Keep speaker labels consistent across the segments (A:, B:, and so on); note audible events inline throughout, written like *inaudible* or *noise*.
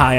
A: Hi,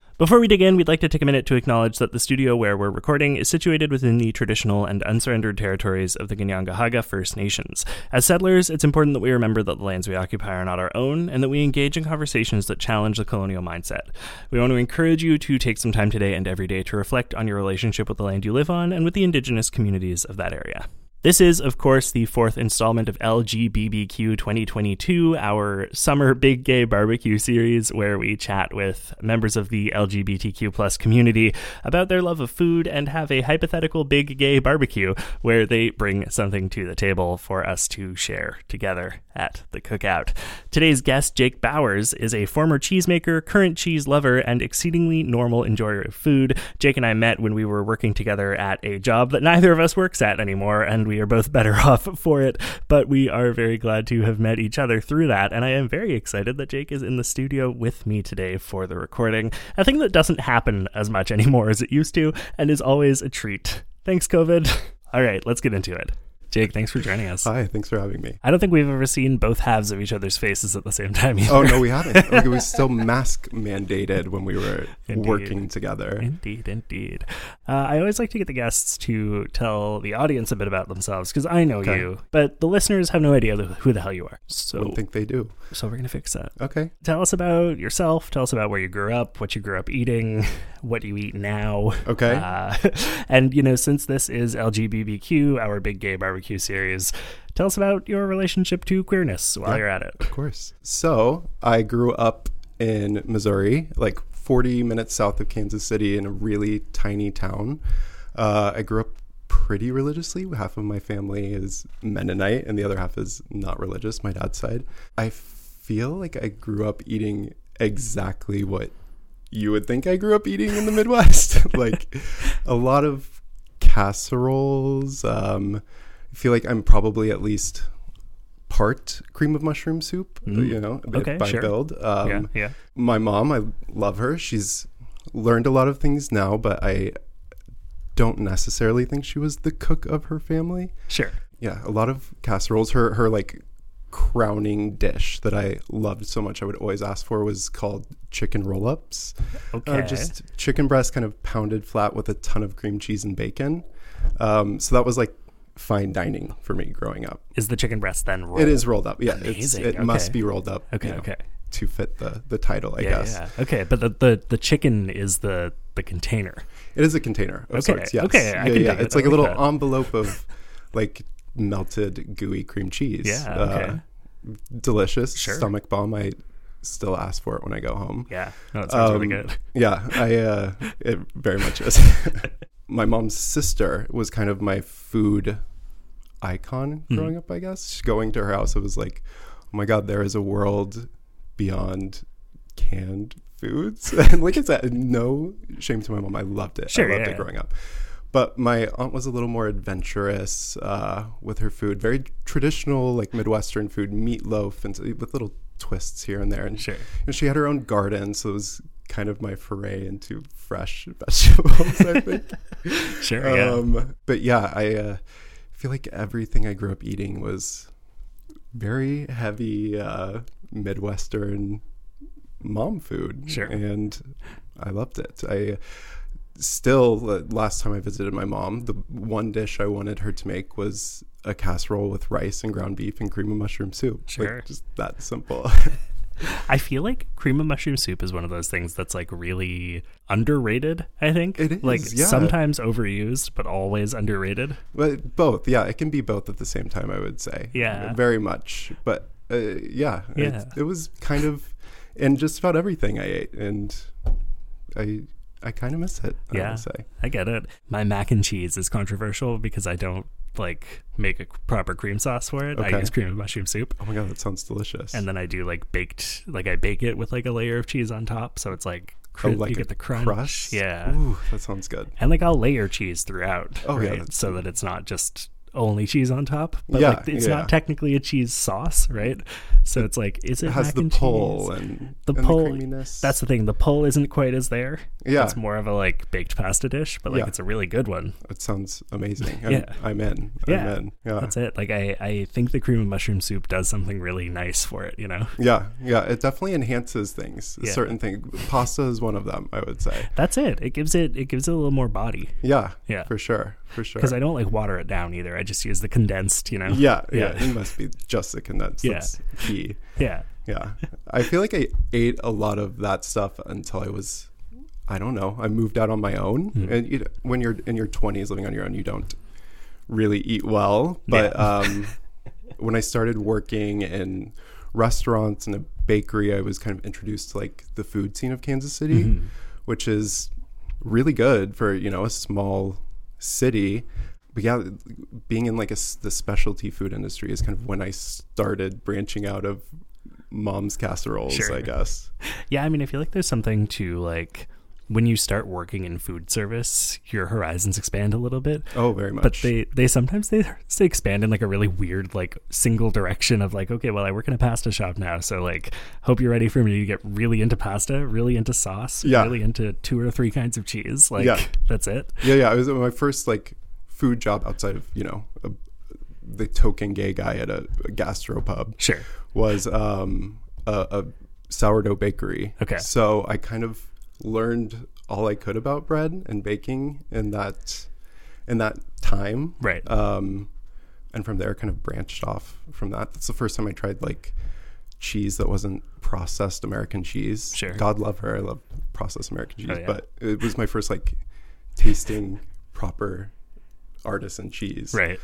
A: Before we dig in, we'd like to take a minute to acknowledge that the studio where we're recording is situated within the traditional and unsurrendered territories of the Ganyangahaga First Nations. As settlers, it's important that we remember that the lands we occupy are not our own and that we engage in conversations that challenge the colonial mindset. We want to encourage you to take some time today and every day to reflect on your relationship with the land you live on and with the indigenous communities of that area. This is, of course, the fourth installment of LGBBQ 2022, our summer big gay barbecue series, where we chat with members of the LGBTQ plus community about their love of food and have a hypothetical big gay barbecue where they bring something to the table for us to share together at the cookout. Today's guest, Jake Bowers, is a former cheesemaker, current cheese lover, and exceedingly normal enjoyer of food. Jake and I met when we were working together at a job that neither of us works at anymore, and we are both *laughs* better off for it. But we are very glad to have met each other through that, and I am very excited that Jake is in the studio with me today for the recording. A thing that doesn't happen as much *laughs* anymore as it used to, and is always a treat. Thanks, COVID. *laughs* All right, let's get into it. Jake, thanks for joining us.
B: Hi, thanks for having me.
A: I don't think we've ever seen both halves of each other's faces at the same time. Either.
B: Oh no, we haven't. Like, it was still mask mandated when we were
A: Indeed.
B: working together.
A: Indeed, indeed. Uh, I always like to get the guests to tell the audience a bit about themselves because I know
B: Okay.
A: you, but the listeners have no idea who the hell you are. So,
B: Don't think they do.
A: so we're gonna fix that.
B: Okay.
A: Tell us about yourself. Tell us about where you grew up, what you grew up eating, *laughs* what you eat now.
B: Okay.
A: Uh, *laughs* and you know, since this is LGBTQ, our big gay barbecue series, tell us about your relationship to queerness while
B: Yeah.
A: you're at it.
B: Of course. So I grew up in Missouri, like 40 minutes south of Kansas City, in a really tiny town. Uh, I grew up pretty religiously. Half of my family is Mennonite, and the other half is not religious. My dad's side. I feel like I grew up eating exactly what you would think I grew up eating in the Midwest. *laughs* like a lot of casseroles. Um, I feel like I'm probably at least part cream of mushroom soup, you know, if
A: Mm-hmm. Okay,
B: by
A: sure.
B: build. Um,
A: yeah, yeah.
B: My mom, I love her. She's learned a lot of things now, but I don't necessarily think she was the cook of her family.
A: Sure.
B: Yeah, a lot of casseroles. Her her like crowning dish that I loved so much I would always ask for was called chicken roll-ups.
A: Okay.
B: Uh, just chicken breast kind of pounded flat with a ton of cream cheese and bacon. Um, so that was like fine dining for me growing up.
A: is the chicken breast then rolled?
B: It is rolled up. Yeah, it's,
A: Oh, Amazing.
B: it must
A: Okay.
B: be rolled up.
A: Okay, okay.
B: To fit the the title, I
A: Yeah,
B: guess.
A: yeah. Okay, but the, the the chicken is the the container.
B: It is a container of
A: Okay,
B: sorts. Yes.
A: okay, I
B: Yeah,
A: can
B: yeah.
A: dig it.
B: It's
A: I
B: like a
A: like
B: little
A: that.
B: envelope of like melted gooey cream cheese.
A: Yeah,
B: Uh,
A: okay.
B: delicious.
A: Sure.
B: Stomach bomb. I still ask for it when I go home.
A: Yeah. No, it sounds really
B: Um,
A: good. *laughs*
B: Yeah, I uh, it very much is. my mom's sister was kind of my food icon
A: Hmm.
B: growing up. I guess going to her house, it was like, oh my god, there is a world beyond canned foods. *laughs* and like I said, no shame to my mom. I loved it.
A: Sure,
B: I loved
A: yeah,
B: it
A: yeah.
B: growing up. But my aunt was a little more adventurous uh, with her food, very traditional, like Midwestern food, meatloaf, and so- with little twists here and there. And
A: Sure.
B: and she had her own garden, so it was kind of my foray into fresh *laughs* vegetables, I think.
A: Sure. yeah.
B: um, but yeah, I uh, feel like everything I grew up eating was very heavy uh, Midwestern mom food.
A: Sure.
B: And I loved it. I still, the last time I visited my mom, the one dish I wanted her to make was a casserole with rice and ground beef and cream of mushroom soup.
A: Sure.
B: Like, just that simple. *laughs*
A: I feel like cream of mushroom soup is one of those things that's like really underrated. I think
B: It
A: like
B: is, yeah.
A: sometimes overused, but always underrated.
B: Well, both, yeah, it can be both at the same time. I would say,
A: Yeah.
B: very much. But uh, yeah,
A: Yeah.
B: It, it was kind of in just about everything I ate, and I I kind of miss it. I
A: Yeah.
B: would say Oh
A: I get it. My mac and cheese is controversial because I don't like make a proper cream sauce for it. I
B: Okay.
A: use cream of mushroom soup.
B: oh my god, that sounds delicious.
A: and then I do like baked, like I bake it with like a layer of cheese on top, so it's like Cru-
B: oh, like
A: you get
B: a
A: the crunch.
B: crust?
A: Yeah.
B: Ooh, that sounds good.
A: And like I'll layer cheese throughout,
B: Oh, yeah,
A: right?
B: that's-
A: so that it's not just only cheese on top, but
B: Yeah,
A: like it's
B: yeah.
A: not technically a cheese sauce, right? So it's like is it,
B: It has
A: mac
B: the
A: and
B: pull
A: cheese?
B: and
A: The
B: and
A: pull-
B: creaminess.
A: That's the thing. The pull isn't quite as there.
B: Yeah.
A: it's more of a like baked pasta dish, but like
B: Yeah.
A: it's a really good one.
B: It sounds amazing.
A: *laughs*
B: I'm,
A: Yeah.
B: I'm in.
A: Yeah.
B: I'm in. Yeah.
A: That's it. Like I, I think the cream and mushroom soup does something really nice for it. You know,
B: Yeah. Yeah. It definitely enhances things.
A: Yeah.
B: Certain things. Pasta is one of them, I would say.
A: that's it. It gives it, it gives it a little more body
B: Yeah.
A: Yeah.
B: For sure. For sure.
A: because I don't like water it down either. I just use the condensed. You know.
B: yeah,
A: *laughs*
B: yeah.
A: Yeah.
B: It must be just the condensed.
A: Yeah.
B: That's key.
A: Yeah.
B: Yeah. I feel like I ate a lot of that stuff until I was, I don't know, I moved out on my own.
A: Hmm.
B: And you know, when you're in your 20s living on your own, you don't really eat well. But
A: *laughs*
B: um, when I started working in restaurants and a bakery, I was kind of introduced to like the food scene of Kansas City,
A: Mm-hmm.
B: which is really good for, you know, a small city. But yeah, being in like a s the specialty food industry is kind of when I started branching out of mom's casseroles,
A: Sure.
B: I guess.
A: Yeah, I mean, I feel like there's something to like when you start working in food service, your horizons expand a little bit.
B: Oh, very much.
A: But they, they sometimes they, they expand in like a really weird like single direction of like okay well I work in a pasta shop now so like hope you're ready for me to get really into pasta really into sauce
B: Yeah.
A: really into two or three kinds of cheese like
B: Yeah.
A: that's it
B: yeah, yeah. It was my first like food job outside of you know a, the token gay guy at a, a gastro pub.
A: sure
B: was um, a, a sourdough bakery.
A: Okay.
B: So I kind of learned all I could about bread and baking in that in that time.
A: Right.
B: Um, and from there, kind of branched off from that. That's the first time I tried like cheese that wasn't processed American cheese.
A: Sure. Oh,
B: God love her. I love processed American cheese,
A: yeah.
B: but it was my first like tasting proper artisan cheese
A: right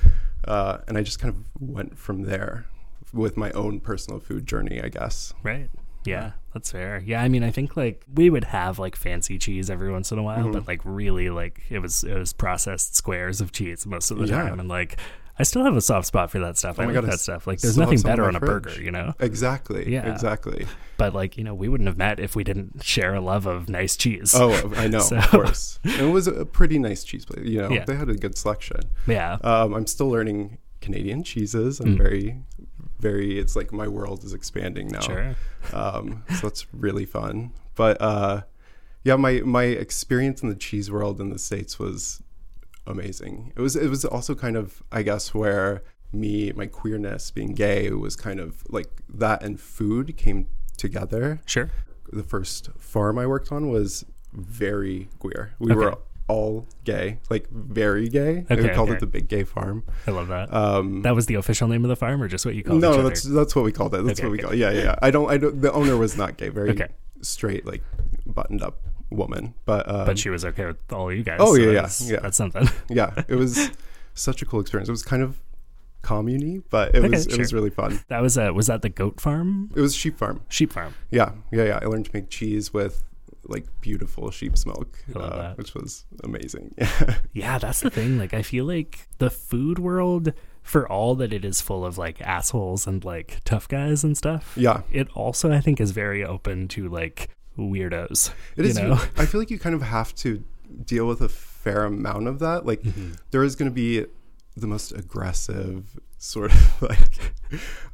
B: uh, and I just kind of went from there with my own personal food journey, I guess.
A: Right. Yeah, that's fair. Yeah, I mean, I think like we would have like fancy cheese every once in a while,
B: Mm-hmm.
A: but like really, like it was it was processed squares of cheese most of the
B: Yeah. Oh
A: time, and like I still have a soft spot for that stuff. I
B: my
A: like
B: God, I
A: that
B: s-
A: stuff. Like, there's
B: still have
A: nothing
B: some in
A: better
B: my
A: on a
B: fridge.
A: burger, you know.
B: Exactly.
A: Yeah.
B: Exactly.
A: But like you know, we wouldn't have met if we didn't share a love of nice cheese.
B: Oh, I
A: *laughs*
B: know,
A: So-
B: of course. And it was a pretty nice cheese place. You know,
A: Yeah.
B: they had a good selection.
A: yeah,
B: Um, I'm still learning Canadian cheeses. I'm very, very, it's like my world is expanding now.
A: sure.
B: um, so that's really fun. But uh, yeah, my my experience in the cheese world in the states was amazing. It was it was also kind of I guess where me my queerness being gay was kind of like that and food came together.
A: Sure.
B: The first farm I worked on was very queer. We were all gay, like very gay. They
A: Okay,
B: called
A: okay.
B: it the Big Gay Farm.
A: I love that.
B: Um,
A: that was the official name of the farm, or just what you called each
B: no,
A: other?
B: that's that's what we called it. That's
A: Okay,
B: what we
A: okay.
B: call. Yeah, yeah, yeah. I don't. I don't. The owner was not gay. Very
A: Okay.
B: straight, like buttoned up woman. But, um,
A: But she was okay with all you guys.
B: Oh, yeah,
A: that
B: yeah,
A: was-
B: yeah.
A: That's something. *laughs*
B: yeah, it was *laughs* such a cool experience. It was kind of commune but it was it was
A: sure.
B: really fun.
A: that was uh, was that the goat farm,
B: It was sheep farm.
A: sheep farm?
B: Yeah, yeah, yeah. I learned to make cheese with like beautiful sheep's milk,
A: love that.
B: which was amazing. *laughs*
A: Yeah, that's the thing. Like, I feel like the food world, for all that it is full of like assholes and like tough guys and stuff,
B: yeah,
A: it also, I think, is very open to like weirdos.
B: It
A: you
B: is.
A: know?
B: *laughs* I feel like you kind of have to deal with a fair amount of that. Like
A: Mm-hmm.
B: there is going to be the most aggressive sort of *laughs* like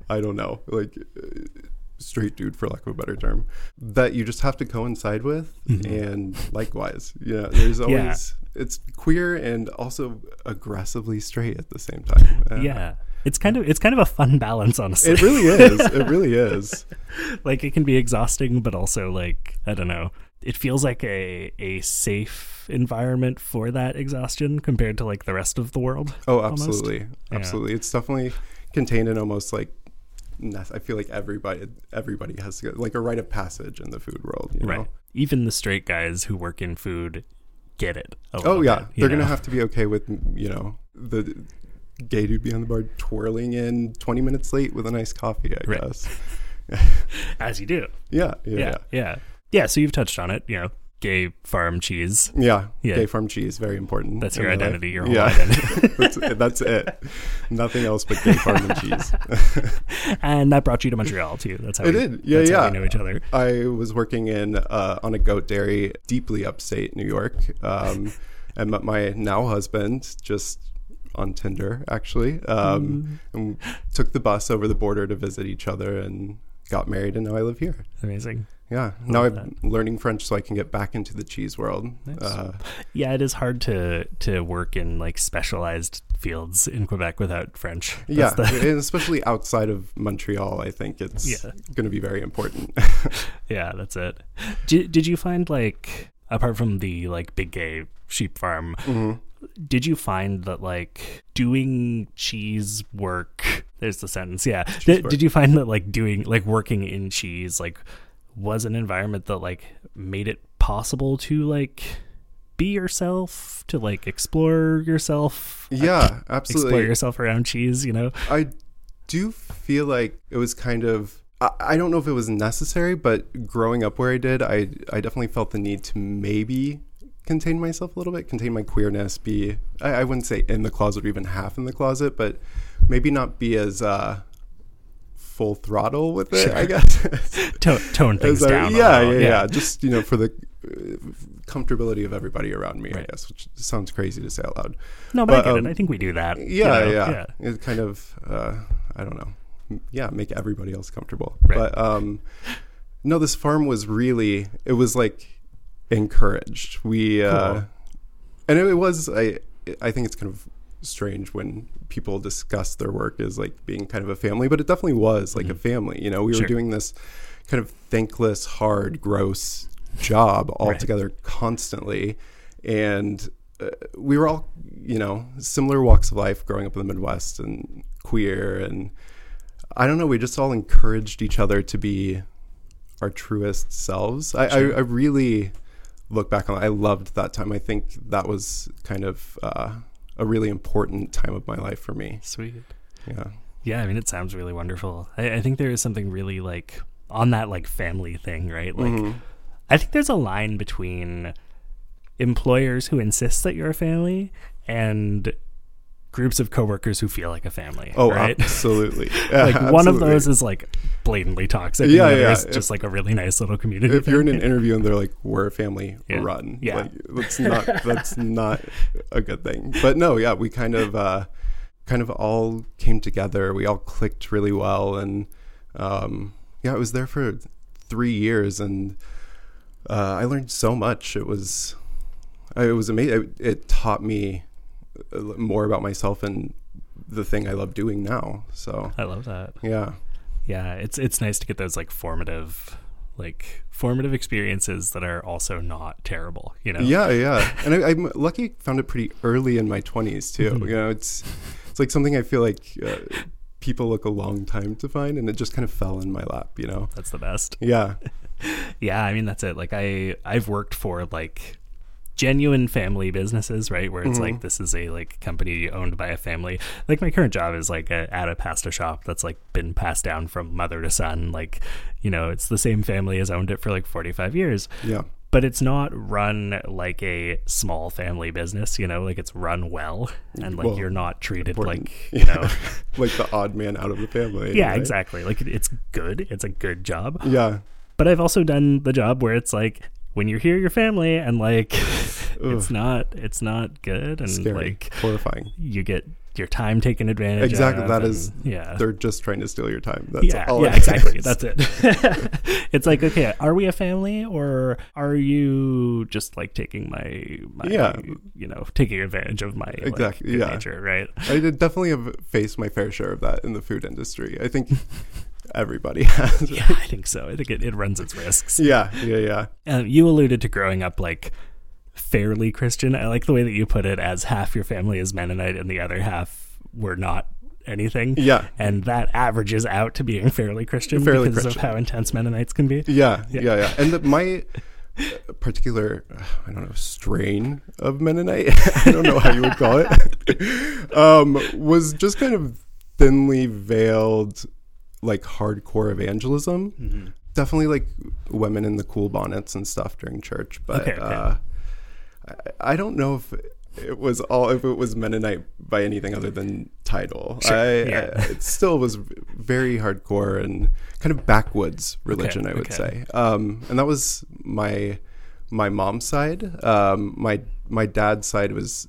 B: I don't know, like uh, straight dude for lack of a better term that you just have to coincide with
A: Mm-hmm.
B: and likewise. Yeah, there's always it's queer and also aggressively straight at the same time. Uh,
A: yeah. It's kind of it's kind of a fun balance, honestly.
B: It really is. It really is.
A: like it can be exhausting, but also like I don't know. It feels like a a safe environment for that exhaustion compared to like the rest of the world.
B: Oh,
A: almost.
B: absolutely,
A: Yeah.
B: absolutely. It's definitely contained in almost like nes- I feel like everybody everybody has to go like a rite of passage in the food world. You
A: Right.
B: Know?
A: Even the straight guys who work in food get it. a
B: Oh
A: little
B: yeah,
A: bit, you
B: they're gonna
A: know?
B: have to be okay with you know the gay dude behind the bar twirling in twenty minutes late with a nice coffee. I
A: Right.
B: guess.
A: *laughs* as you do.
B: Yeah, yeah, yeah.
A: yeah, yeah, yeah. So you've touched on it. You know, gay farm cheese.
B: Yeah,
A: Yeah.
B: gay farm cheese, very important.
A: That's
B: in
A: your
B: my life.
A: identity, your whole
B: yeah.
A: identity.
B: *laughs* that's, it- that's it. Nothing else but gay
A: *laughs*
B: farm and cheese.
A: And that brought you to Montreal too. That's how
B: I
A: we,
B: did. Yeah,
A: that's
B: yeah.
A: How we know each other.
B: I was working in uh, on a goat dairy, deeply upstate New York,
A: *laughs*
B: um, and met my now husband just on Tinder, actually, um,
A: Mm-hmm.
B: and took the bus over the border to visit each other and got married, and now I live here.
A: Amazing.
B: Yeah, now I'm learning French so I can get back into the cheese world. Uh,
A: Yeah, it is hard to to work in like specialized fields in Quebec without French. That's
B: yeah,
A: the-
B: and especially outside of Montreal, I think it's
A: *laughs* Yeah.
B: going to be very
A: *laughs*
B: important.
A: yeah, that's it. Did did you find like apart from the like big gay sheep farm,
B: Mm-hmm.
A: did you find that like doing cheese work? There's the sentence. Yeah. Did,
B: work.
A: did you find that like doing like working in cheese like was an environment that like made it possible to like be yourself to like explore yourself
B: yeah,
A: explore
B: absolutely.
A: yourself around cheese you know
B: I do feel like it was kind of I, I don't know if it was necessary, but growing up where I did, I I definitely felt the need to maybe contain myself a little bit, contain my queerness, be I, I wouldn't say in the closet or even half in the closet, but maybe not be as uh full throttle with it, I guess. *laughs*
A: tone, tone *laughs* things
B: So,
A: down a
B: yeah,
A: little,
B: yeah, yeah, Just you know, for the uh, comfortability of everybody around me, I guess, which sounds crazy to say out loud.
A: no but,
B: But,
A: I get
B: um,
A: it I think we do that you
B: Yeah,
A: know,
B: yeah, It kind of, uh, I don't know. M- Yeah, make everybody else comfortable.
A: Right.
B: But um, no, this farm was really, it was like encouraged. We, uh,
A: Cool.
B: and it, was, I, I think it's kind of strange when people discuss their work as like being kind of a family, but it definitely was like a family. You know, we
A: Mm-hmm. Sure.
B: were doing this kind of thankless, hard, gross job all
A: Right.
B: together constantly. And uh, we were all, you know, similar walks of life growing up in the Midwest and queer. And I don't know, we just all encouraged each other to be our truest selves. I, I, I really look back on I loved that time. I think that was kind of uh, a really important time of my life for me.
A: sweet
B: Yeah.
A: Yeah, I mean, it sounds really wonderful. I, I think there is something really like on that like family thing, right? Like,
B: Mm-hmm.
A: I think there's a line between employers who insist that you're a family and groups of coworkers who feel like a family.
B: Oh,
A: right.
B: absolutely.
A: *laughs*
B: *laughs*
A: like one of
B: Absolutely.
A: those is like blatantly toxic. and
B: Yeah,
A: the other
B: yeah.
A: is just like a really nice little community.
B: if you're in an interview and they're like, "We're a family,
A: Yeah.
B: run,"
A: Yeah.
B: like, that's not that's not a good thing. But no, yeah, we kind of uh, kind of all came together. We all clicked really well, and um, yeah, I was there for three years, and uh, I learned so much. It was it was amazing. It, it taught me uh, more about myself and the thing I love doing now. So
A: I love that.
B: yeah,
A: Yeah, it's it's nice to get those like formative, like formative experiences that are also not terrible. You know. *laughs*
B: Yeah, yeah. And I, I'm lucky I found it pretty early in my 20s too.
A: Mm-hmm.
B: You know, it's it's like something I feel like uh, people look a long time to find and it just kind of fell in my lap, you know.
A: That's the best.
B: Yeah.
A: yeah i mean that's it like i i've worked for like genuine family businesses right where it's
B: Mm-hmm.
A: like this is a like company owned by a family like my current job is like a, at a pasta shop that's like been passed down from mother to son like you know it's the same family has owned it for like 45 years *laughs*
B: Yeah.
A: but it's not run like a small family business you know like it's run well and like
B: Well,
A: you're not treated
B: important.
A: like you
B: *laughs*
A: know
B: Like the odd man out of the family.
A: yeah
B: right?
A: exactly like it- it's good it's a good job
B: Yeah.
A: but I've also done the job where it's like when you're here, your family, and like *laughs* it's not it's not good, and
B: Scary.
A: like
B: Horrifying.
A: you get your time taken advantage.
B: Exactly,
A: of,
B: that
A: and-
B: is-
A: yeah.
B: They're just trying to steal your time. That's
A: Yeah,
B: all.
A: yeah,
B: it *laughs*
A: exactly.
B: is.
A: That's it. *laughs* it's like, okay, are we a family or are you just like taking my, my
B: Yeah.
A: you know, taking advantage of my like,
B: Exactly,
A: good
B: yeah.
A: nature, right? *laughs*
B: I did definitely have faced my fair share of that in the food industry.
A: *laughs*
B: I think everybody has.
A: Yeah, I think so. I think it, it runs its risks.
B: Yeah, yeah, yeah.
A: um, you alluded to growing up like fairly Christian. I like the way that you put it as half your family is Mennonite and the other half were not anything.
B: Yeah.
A: And that averages out to being fairly Christian
B: Fairly
A: because
B: Christian.
A: of how intense Mennonites can be.
B: Yeah, yeah, yeah. And the, my particular, uh, I don't know, strain of Mennonite, *laughs* I don't know how you would call it, *laughs* um, was just
A: Mm-hmm.
B: kind of thinly veiled, like hardcore evangelism. definitely like women in the cool bonnets and stuff during church, but
A: Okay, okay.
B: Uh, I, I don't know if it was all if it was Mennonite by anything other than title.
A: Sure,
B: I,
A: yeah.
B: I it still was very hardcore and kind of backwoods religion, I would
A: okay.
B: say. Um, and that was my my mom's side. Um, my my dad's side was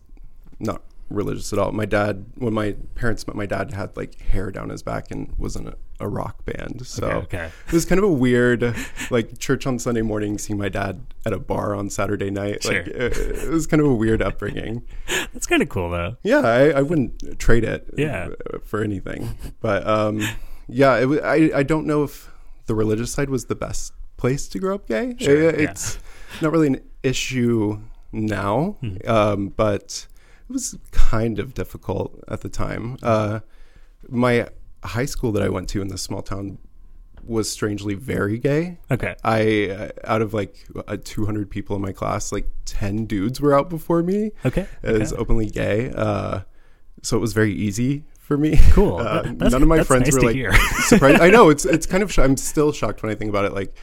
B: not religious at all. My dad, when my parents met, my dad had like hair down his back and was in a, a rock band. So
A: okay.
B: it was kind of a weird, like church on Sunday morning, seeing my dad at a bar on Saturday night. Like
A: Sure.
B: it, it was kind of a weird upbringing.
A: That's kind of cool though.
B: Yeah, I, I wouldn't trade it. uh,
A: Yeah.
B: for anything. But um, yeah, it, wa- I I don't know if the religious side was the best place to grow up gay.
A: Sure,
B: It-
A: yeah.
B: it's not really an issue now,
A: Hmm.
B: um, but it was kind of difficult at the time. Uh, my high school that I went to in this small town was strangely very gay.
A: Okay.
B: I uh, out of like uh, 200 people in my class, like 10 dudes were out before me
A: Okay.
B: as
A: okay.
B: openly gay. Uh, so it was very easy for me.
A: Cool.
B: Uh,
A: That- that's-
B: none of my
A: that's
B: friends
A: nice
B: were
A: to
B: like
A: hear.
B: *laughs* surprised. I know it's it's kind of. Sh- I'm still shocked when I think about it. Like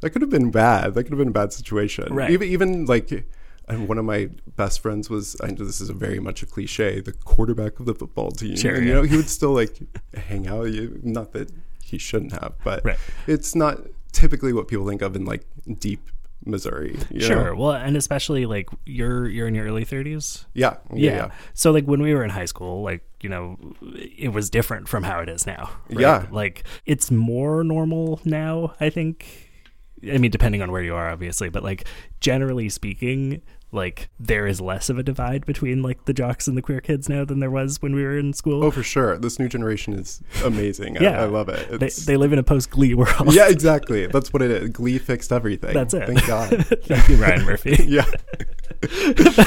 B: that could have been bad. That could have been a bad situation.
A: Right.
B: Even even like. And one of my best friends was, I know this is a very much a cliche, the quarterback of the football team.
A: Sure,
B: and, you
A: yeah.
B: know, he would
A: *laughs*
B: still like hang out. You, not that he shouldn't have, but
A: Right.
B: it's not typically what people think of in like deep Missouri. you know?
A: Sure. Well, and especially like you're you're in your early 30s.
B: Yeah.
A: Yeah. So like when we were in high school, like, you know, it was different from how it is now. right?
B: Yeah.
A: Like it's more normal now, I think. I mean, depending on where you are obviously, but like generally speaking, like there is less of a divide between like the jocks and the queer kids now than there was when we were in school.
B: Oh, for sure. This new generation is amazing.
A: Yeah.
B: I, I love it.
A: they,
B: It's-
A: they live in a post glee world.
B: yeah, exactly. That's what it is. Glee fixed everything.
A: That's it.
B: Thank God.
A: *laughs* *laughs* Thank you, Ryan Murphy.
B: *laughs* Yeah,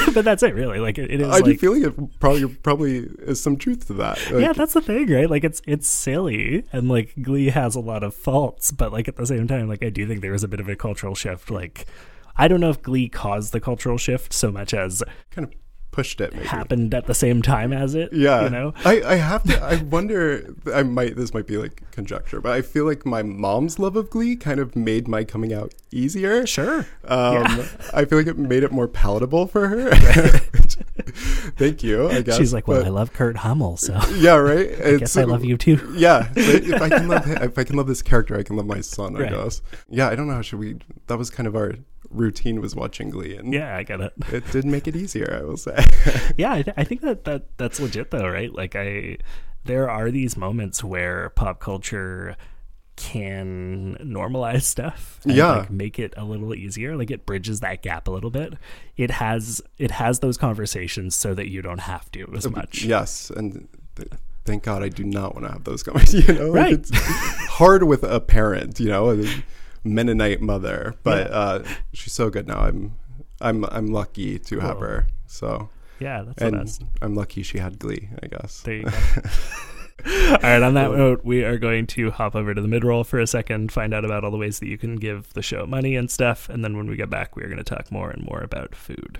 A: *laughs* but that's it, really. Like it, it is
B: I do
A: like
B: feel like it probably probably is some truth to that. Like,
A: yeah, that's the thing, right? Like it's it's silly and like Glee has a lot of faults, but like at the same time, like I do think there was a bit of a cultural shift. Like I don't know if Glee caused the cultural shift so much as
B: kind of pushed it. Maybe.
A: happened at the same time as it.
B: Yeah,
A: You know?
B: I, I have to. I wonder. I might. This might be like conjecture, but I feel like my mom's love of Glee kind of made my coming out easier.
A: Sure.
B: Um, I feel like it made it more palatable for her. *laughs* Thank you. I guess
A: She's like, Well,
B: but-
A: I love Kurt Hummel, so *laughs*
B: yeah, right. It's
A: guess I
B: like-
A: love you
B: *laughs*
A: too.
B: Yeah, so if I can love him, if I can love this character, I can love my son.
A: Right.
B: I guess. Yeah, I don't know how should we. That was kind of our routine was watching Glee, and
A: Yeah, I get it.
B: it did make it easier. I
A: *laughs*
B: will say.
A: yeah I, th- I think that, that that's legit though right like i there are these moments where pop culture can normalize stuff and,
B: Yeah.
A: like, make it a little easier like it bridges that gap a little bit it has it has those conversations so that you don't have to as much
B: yes, and th- thank God I do not want to have those *laughs* comments. You know,
A: Right.
B: it's hard with a parent. You know, a Mennonite mother, but uh, she's so good now. I'm, I'm, I'm lucky to have
A: Cool.
B: her. So,
A: yeah that's the
B: and
A: best
B: I'm lucky she had Glee. I guess.
A: there you
B: *laughs*
A: go all right on that note we are going to hop over to the mid-roll for a second find out about all the ways that you can give the show money and stuff and then when we get back we are going to talk more and more about food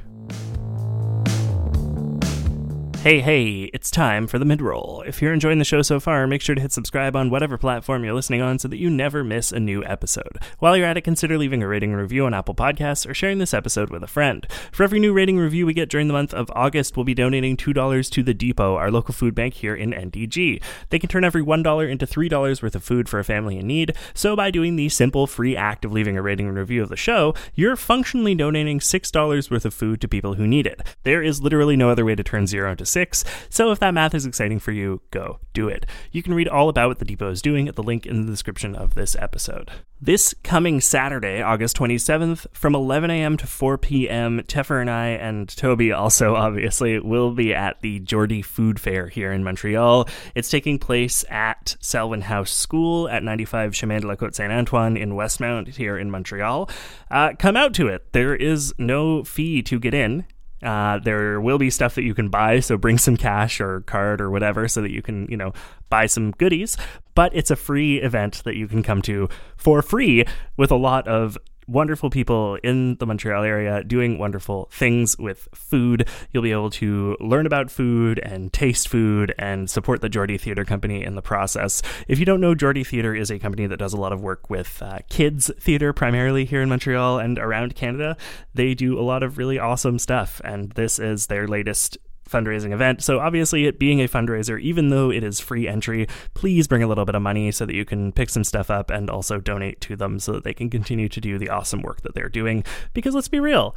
A: Hey, hey, it's time for the mid roll. If you're enjoying the show so far, make sure to hit subscribe on whatever platform you're listening on so that you never miss a new episode. While you're at it, consider leaving a rating and review on Apple Podcasts or sharing this episode with a friend. For every new rating review we get during the month of August, we'll be donating $2 to The Depot, our local food bank here in NDG. They can turn every $1 into $3 worth of food for a family in need, so by doing the simple, free act of leaving a rating and review of the show, you're functionally donating $6 worth of food to people who need it. There is literally no other way to turn zero into six, so if that math is exciting for you, go do it. You can read all about what the Depot is doing at the link in the description of this episode. This coming Saturday, August 27th, from 11 a.m. to 4 p.m., Teffer and I, and Toby also *laughs* obviously, will be at the Geordie Food Fair here in Montreal. It's taking place at Selwyn House School at 95 Chemin de la Côte Saint Antoine in Westmount here in Montreal. Uh, come out to it. There is no fee to get in. Uh, there will be stuff that you can buy, so bring some cash or card or whatever so that you can, you know, buy some goodies. But it's a free event that you can come to for free with a lot of wonderful people in the Montreal area doing wonderful things with food. You'll be able to learn about food and taste food and support the Geordie Theatre Company in the process. If you don't know, Geordie Theatre is a company that does a lot of work with uh, kids theatre, primarily here in Montreal and around Canada. They do a lot of really awesome stuff, and this is their latest fundraising event. So obviously it being a fundraiser, even though it is free entry, please bring a little bit of money so that you can pick some stuff up and also donate to them so that they can continue to do the awesome work that they're doing. Because let's be real,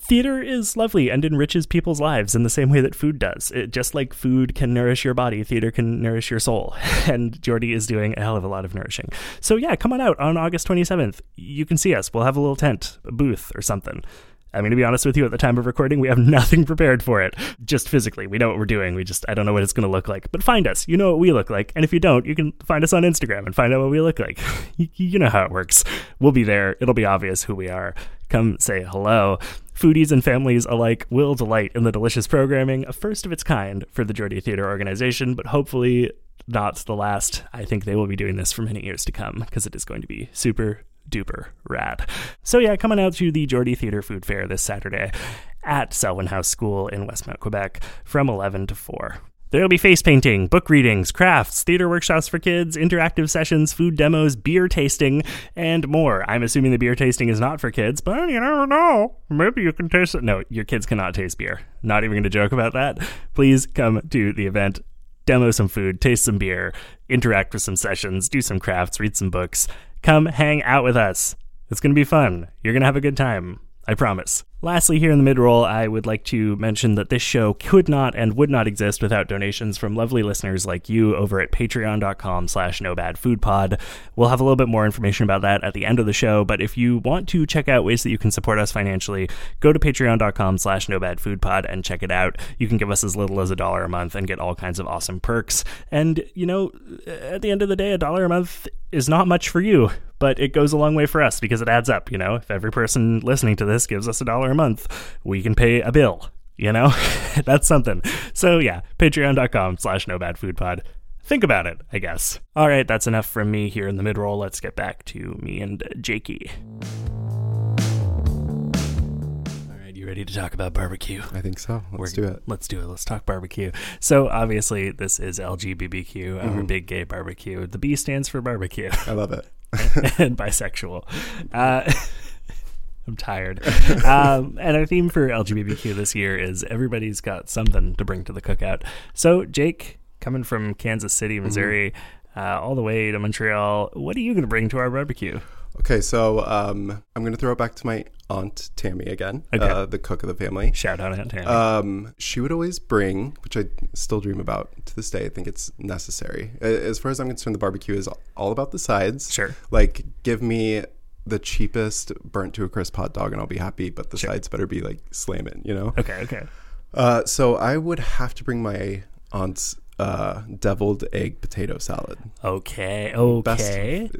A: theater is lovely and enriches people's lives in the same way that food does. It, just like food can nourish your body, theater can nourish your soul. *laughs* And Jordy is doing a hell of a lot of nourishing. So yeah, come on out on August 27th. You can see us. We'll have a little tent, a booth or something. I'm going to be honest with you, at the time of recording, we have *laughs* nothing prepared for it. Just physically, we know what we're doing. We just, I don't know what it's going to look like. But find us. You know what we look like. And if you don't, you can find us on Instagram and find out what we look like. *laughs* you, you know how it works. We'll be there. It'll be obvious who we are. Come say hello. Foodies and families alike will delight in the delicious programming, a first of its kind for the Geordie Theatre organization, but hopefully not the last. I think they will be doing this for many years to come because it is going to be super, duper rad. So yeah, coming out to the Geordie Theatre Food Fair this Saturday at Selwyn House School in Westmount, Quebec from 11 to 4. There'll be face painting, book readings, crafts, theater workshops for kids, interactive sessions, food demos, beer tasting, and more. I'm assuming the beer tasting is not for kids, but you never know. Maybe you can taste it. No, your kids cannot taste beer. Not even going to joke about that. Please come to the event demo some food, taste some beer, interact with some sessions, do some crafts, read some books. Come hang out with us. It's going to be fun. You're going to have a good time. I promise. Lastly, here in the mid roll, I would like to mention that this show could not and would not exist without donations from lovely listeners like you over at patreon.com slash nobadfoodpod. We'll have a little bit more information about that at the end of the show, but if you want to check out ways that you can support us financially, go to patreon.com slash nobadfoodpod and check it out. You can give us as little as a dollar a month and get all kinds of awesome perks. And, you know, at the end of the day, a dollar a month is not much for you, but it goes a long way for us because it adds up, you know? If every person listening to this gives us a dollar a month, we can pay a bill. You know, *laughs* that's something. So yeah, patreon.com slash no bad food pod. Think about it, I guess. All right, that's enough from me here in the mid roll. Let's get back to me and Jakey. All right, you ready to talk about barbecue?
B: I think so. Let's do it.
A: Let's do it. Let's talk barbecue. So obviously, this is LGBTQ, our uh, big gay barbecue. The B stands for barbecue
B: I love it.
A: *laughs*
B: *laughs*
A: and bisexual. Uh, *laughs* I'm tired. Um, and our theme for LGBTQ this year is everybody's got something to bring to the cookout. So, Jake, coming from Kansas City, Missouri, uh, all the way to Montreal, what are you going to bring to our barbecue?
B: Okay, so um, I'm going to throw it back to my aunt Tammy again,
A: Okay.
B: uh, the cook of the family.
A: Shout out Aunt Tammy.
B: Um, she would always bring, which I still dream about to this day. I think it's necessary. A- As far as I'm concerned, the barbecue is all about the sides.
A: Sure.
B: Like, give me the cheapest burnt to a crisp hot dog, and I'll be happy. But the sides better be like slamming, you know.
A: okay, okay.
B: Uh, so I would have to bring my aunt's uh, deviled egg potato salad.
A: Okay,
B: Best,
A: okay.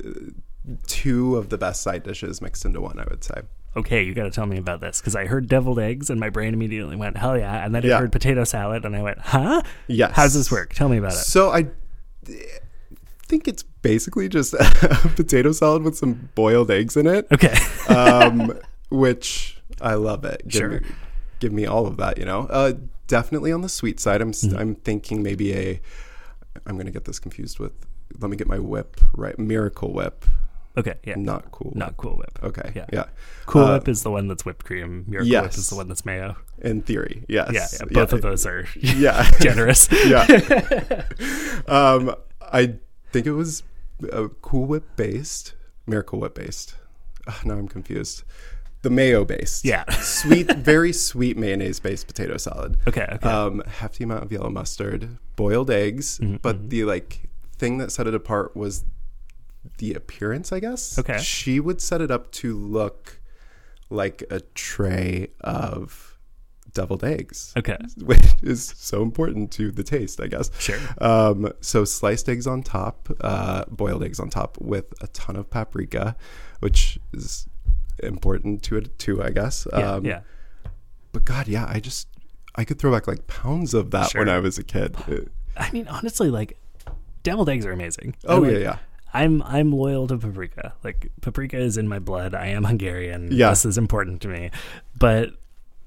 B: Two of the best side dishes mixed into one, I would say.
A: Okay, you got to tell me about this because I heard deviled eggs and my brain immediately went, hell yeah. And then I
B: Yeah.
A: heard potato salad and I went, huh?
B: Yes.
A: How's this work? Tell me about it.
B: So I think it's basically just *laughs* a potato salad with some boiled eggs
A: *laughs*
B: in it,
A: Okay.
B: um, which I love it. Give
A: Sure.
B: Me, give me all of that, you know. Uh, definitely on the sweet side. I'm s
A: Mm-hmm.
B: am thinking maybe a. I'm gonna get this confused with. Let me get my whip right. Miracle Whip,
A: okay, yeah.
B: not cool.
A: Not Cool Whip.
B: Okay.
A: Yeah.
B: Yeah.
A: Cool
B: Uh,
A: Whip is the one that's whipped cream. Miracle Whip is
B: yes.
A: the one that's mayo.
B: In theory, yes.
A: Yeah, yeah both of those are
B: *laughs* Yeah.
A: *laughs*
B: *laughs*
A: generous.
B: yeah.
A: *laughs*
B: um, I think it was uh, Cool Whip based, Miracle Whip based. Ah, now I'm confused. The mayo based.
A: Yeah. *laughs*
B: sweet, very sweet mayonnaise based potato salad.
A: Okay, okay. Mm-hmm,
B: Um, hefty amount of yellow mustard, boiled eggs, but the like thing that set it apart was the appearance, I guess.
A: Okay.
B: She would set it up to look like a tray of deviled eggs
A: Okay.
B: which *laughs* is so important to the taste, I guess.
A: Sure.
B: Um, so sliced eggs on top, uh, boiled eggs on top, with a ton of paprika, which is important to it too, I guess. Um,
A: Yeah, yeah.
B: But God, yeah, I just I could throw back like pounds of that
A: Sure.
B: when I was a kid.
A: I mean, honestly, like deviled eggs are amazing.
B: Oh
A: And, like,
B: yeah, yeah.
A: I'm I'm loyal to paprika. Like paprika is in my blood. I am Hungarian.
B: Yeah.
A: This is important to me. But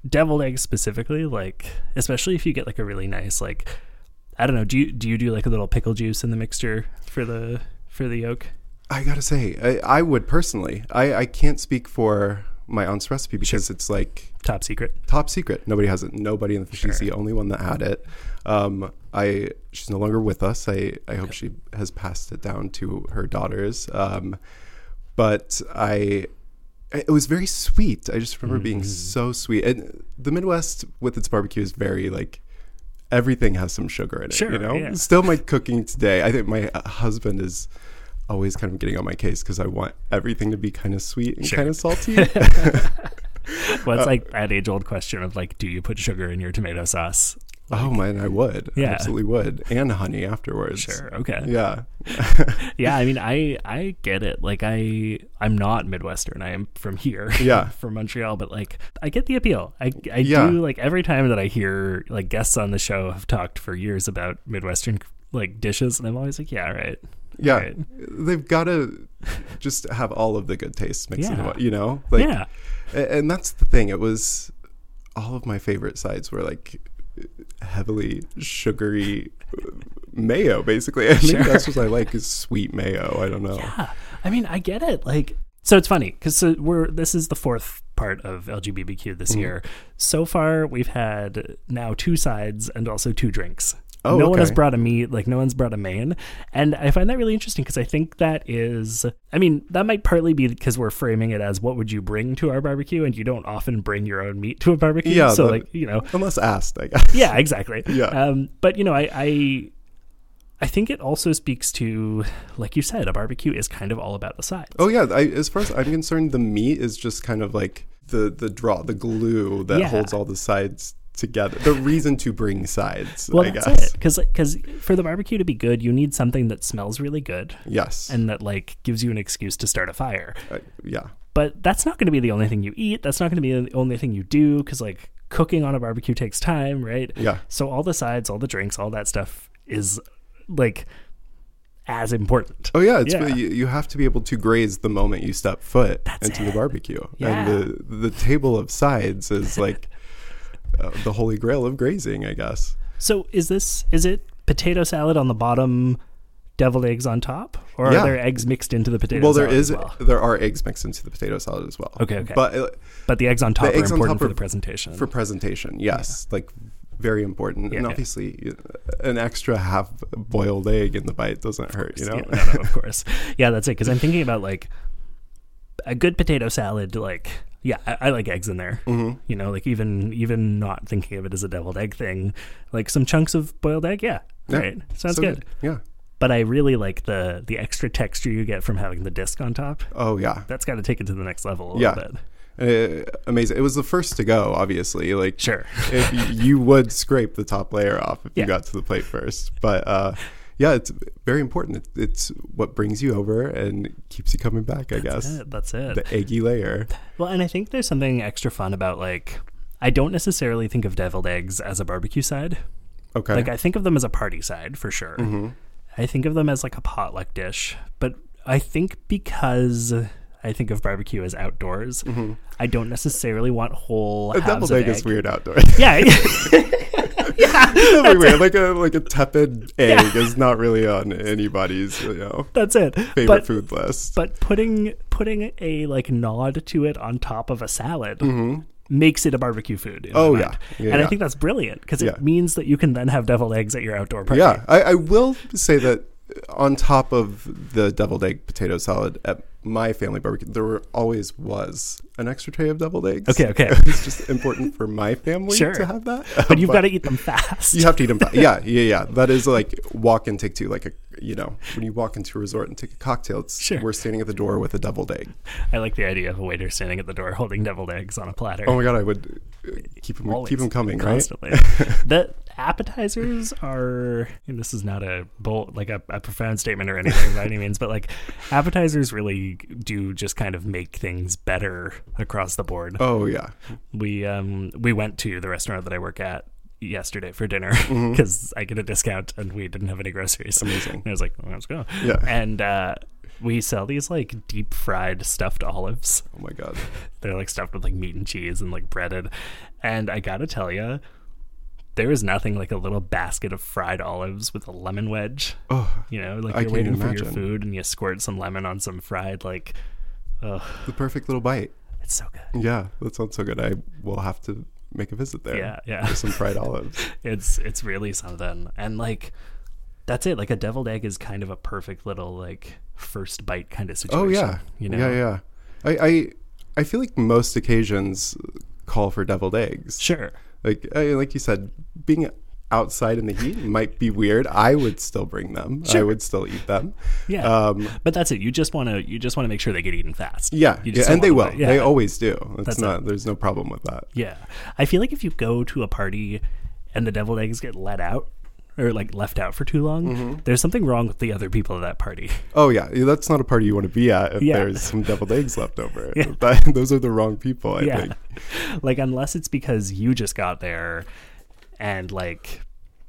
A: deviled eggs specifically, like especially if you get like a really nice like I don't know, do you do you do like a little pickle juice in the mixture for the for the yolk?
B: I gotta say, I, I would personally. I, I can't speak for my aunt's recipe because it's like
A: Top secret.
B: top secret. Nobody has it. Nobody in the she's the only one that had it. Um, I she's no longer with us. I I hope she has passed it down to her daughters. Um, but I. It was very sweet. I just remember
A: Mm-hmm.
B: being so sweet. And the Midwest with its barbecue is very like everything has some sugar in it.
A: Sure,
B: you know,
A: yeah.
B: still my cooking today. I think my uh, husband is always kind of getting on my case because I want everything to be kind of sweet and
A: Sure.
B: kind of salty.
A: *laughs* Well
B: Uh,
A: it's like that age old question of like, do you put sugar in your tomato sauce?
B: oh man, I would. I
A: Yeah.
B: absolutely would. And honey afterwards.
A: Sure, okay. *laughs*
B: Yeah.
A: yeah i mean i i get it like i i'm not midwestern i am from here *laughs*
B: Yeah.
A: from montreal but like i get the appeal i i
B: Yeah.
A: do like every time that i hear like guests on the show have talked for years about midwestern like dishes and i'm always like yeah right
B: Yeah.
A: Right.
B: They've got to just have all of the good tastes mixed in,
A: Yeah.
B: one, you know? Like,
A: yeah
B: a- And that's the thing. It was all of my favorite sides were like heavily sugary mayo, basically. I think that's what I like is sweet mayo. I don't know.
A: Ah, i mean i get it like so it's funny because so we're this is the fourth part of lgbtq
B: Mm-hmm.
A: this year so far we've had now two sides and also two drinks
B: Oh,
A: no one has
B: okay.
A: brought a meat, like no one's brought a main. And I find that really interesting because I think that is, I mean, that might partly be because we're framing it as what would you bring to our barbecue? And you don't often bring your own meat to a barbecue.
B: Yeah,
A: so,
B: that-
A: like, you know,
B: Unless asked, I guess. *laughs*
A: yeah, exactly.
B: Yeah.
A: Um, but, you know, I, I, I think it also speaks to, like you said, a barbecue is kind of all about the sides.
B: Oh yeah, I, as far as I'm concerned, the meat is just kind of like the the draw, the glue that
A: Yeah.
B: holds all the sides together. The reason to bring sides,
A: Well,
B: I
A: that's
B: guess.
A: it. Because, because for the barbecue to be good, you need something that smells really good
B: Yes.
A: and that like gives you an excuse to start a fire.
B: Uh, yeah.
A: but that's not going to be the only thing you eat. That's not going to be the only thing you do because like cooking on a barbecue takes time, right?
B: Yeah.
A: So all the sides, all the drinks, all that stuff is like as important.
B: Oh yeah, it's
A: Yeah.
B: You, you have to be able to graze the moment you step foot into the barbecue,
A: Yeah.
B: and the the table of
A: *laughs*
B: sides is like uh, the holy grail of grazing, I guess.
A: So is this is it potato salad on the bottom, deviled eggs on top, or
B: Yeah.
A: are there eggs mixed into the potato?
B: Well, there
A: salad as
B: is
A: well?
B: there are eggs mixed into the potato salad as well.
A: Okay, okay.
B: but. Uh,
A: but the eggs on top are
B: eggs on
A: important
B: top
A: for
B: are
A: the presentation.
B: for presentation yes like very important and
A: yeah.
B: obviously uh, an extra half boiled egg in the bite doesn't hurt you know
A: Yeah, no, no, of course. Yeah, that's it. Because I'm thinking about like a good potato salad. Like, yeah, I, I like eggs in there.
B: Mm-hmm.
A: You know, like even even not thinking of it as a deviled egg thing, like some chunks of boiled egg. Yeah,
B: Yeah,
A: right. Sounds
B: So
A: good.
B: yeah
A: But I really like the the extra texture you get from having the disc on top.
B: oh yeah
A: That's got to take it to the next level a
B: Yeah.
A: little bit.
B: Uh, amazing it was the first to go obviously like
A: Sure.
B: if y- you would scrape the top layer off if
A: Yeah.
B: you got to the plate first but uh yeah it's very important it, it's what brings you over and keeps you coming back i guess
A: Yeah, that's it.
B: the eggy layer
A: Well, and I think there's something extra fun about like I don't necessarily think of deviled eggs as a barbecue side.
B: okay
A: Like I think of them as a party side for sure.
B: Mm-hmm.
A: I think of them as like a potluck dish, but I think because I think of barbecue as outdoors, I don't necessarily want whole.
B: Mm-hmm. a
A: halves
B: deviled
A: of
B: egg is weird outdoors *laughs*
A: Yeah, *laughs*
B: That'd be weird. Like a like
A: *laughs*
B: a tepid egg is not really on anybody's you know
A: that's it.
B: favorite
A: but
B: food list.
A: but putting putting a like nod to it on top of a salad. Makes it a barbecue food. in my
B: Mm-hmm. Oh,
A: mind.
B: yeah. Yeah,
A: and I
B: yeah.
A: think that's brilliant because
B: Yeah.
A: it means that you can then have deviled eggs at your outdoor party.
B: yeah, I, I will say that on top of the deviled egg potato salad at my family barbecue, there were, always was an extra tray of deviled eggs.
A: Okay, okay.
B: *laughs* it's just important for my family
A: Sure.
B: to have that.
A: but
B: *laughs*
A: you've got to eat them fast.
B: You have to eat them. Back. Yeah, yeah, yeah. That is like walk and take two. Like a, you know, when you walk into a resort and take a cocktail, it's
A: Sure.
B: we're standing at the door with a deviled egg.
A: I like the idea of a waiter standing at the door holding deviled eggs on a platter.
B: Oh my god, I would uh, keep them
A: Always.
B: keep them coming. Right? *laughs*
A: constantly. the appetizers are. And this is not a bold, like a, a profound statement or anything by any means, but like appetizers really do just kind of make things better across the board.
B: Oh yeah.
A: We um we went to the restaurant that I work at yesterday for dinner because *laughs*
B: Mm-hmm.
A: I get a discount and we didn't have any groceries. Amazing. And I was like, well, let's go.
B: Yeah.
A: And uh, we sell these like deep fried stuffed olives.
B: Oh my
A: *laughs*
B: god.
A: They're like stuffed with like meat and cheese and like breaded. And I gotta tell you, there is nothing like a little basket of fried olives with a lemon wedge.
B: Oh,
A: You know, like
B: I
A: you're
B: can't
A: waiting for your
B: imagine.
A: food and you squirt some lemon on some fried like. Ugh,
B: the perfect little bite.
A: it's so good.
B: Yeah, that sounds so good. I will have to make a visit there.
A: Yeah, yeah.
B: With some
A: *laughs*
B: fried olives.
A: It's it's really something. And like, that's it. Like a deviled egg is kind of a perfect little like first bite kind of situation.
B: Oh yeah,
A: you know.
B: yeah, yeah. I, I I feel like most occasions call for deviled eggs.
A: Sure.
B: Like I, like you said, being outside in the heat might be weird. I would still bring them. I
A: Sure.
B: would still eat them.
A: Yeah.
B: Um,
A: But that's it. You just want to you just want to make sure they get eaten fast.
B: yeah,
A: You
B: yeah
A: just don't
B: and they
A: wanna
B: will.
A: wait. Yeah.
B: They always do. It's
A: That's it.
B: not. There's no problem with that.
A: Yeah. I feel like if you go to a party and the deviled eggs get let out or like left out for too long,
B: Mm-hmm.
A: there's something wrong with the other people at that party. *laughs*
B: Oh yeah, that's not a party you want to be at if
A: Yeah.
B: there's some deviled eggs
A: *laughs*
B: left over. That, those are the wrong people. I
A: yeah.
B: think.
A: like unless it's because you just got there and like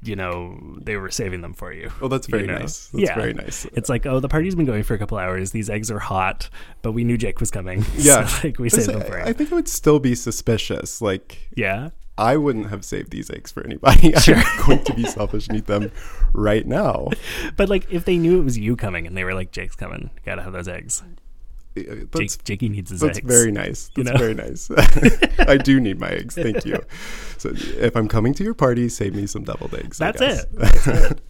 A: you know they were saving them for you.
B: Well, that's
A: you
B: very
A: know?
B: nice. That's
A: yeah.
B: very nice.
A: It's like, oh, the party's been going for a couple hours. These eggs are hot, but we knew Jake was coming. *laughs*
B: Yeah.
A: so, like we
B: But
A: saved
B: I-
A: them for
B: I
A: him.
B: think I would still be suspicious. Like
A: Yeah.
B: I wouldn't have saved these eggs for anybody. *laughs* I'm going to be selfish and eat them right
A: *laughs*
B: now.
A: But like if they knew it was you coming and they were like, Jake's coming, gotta have those eggs.
B: Uh,
A: Jake,
B: That's
A: Jakey needs his
B: that's
A: eggs.
B: very nice.
A: You
B: That's
A: know?
B: very
A: *laughs*
B: nice. *laughs* I do need my eggs. Thank you. So if I'm coming to your party, save me some deviled eggs. I
A: That's
B: guess.
A: it. That's it.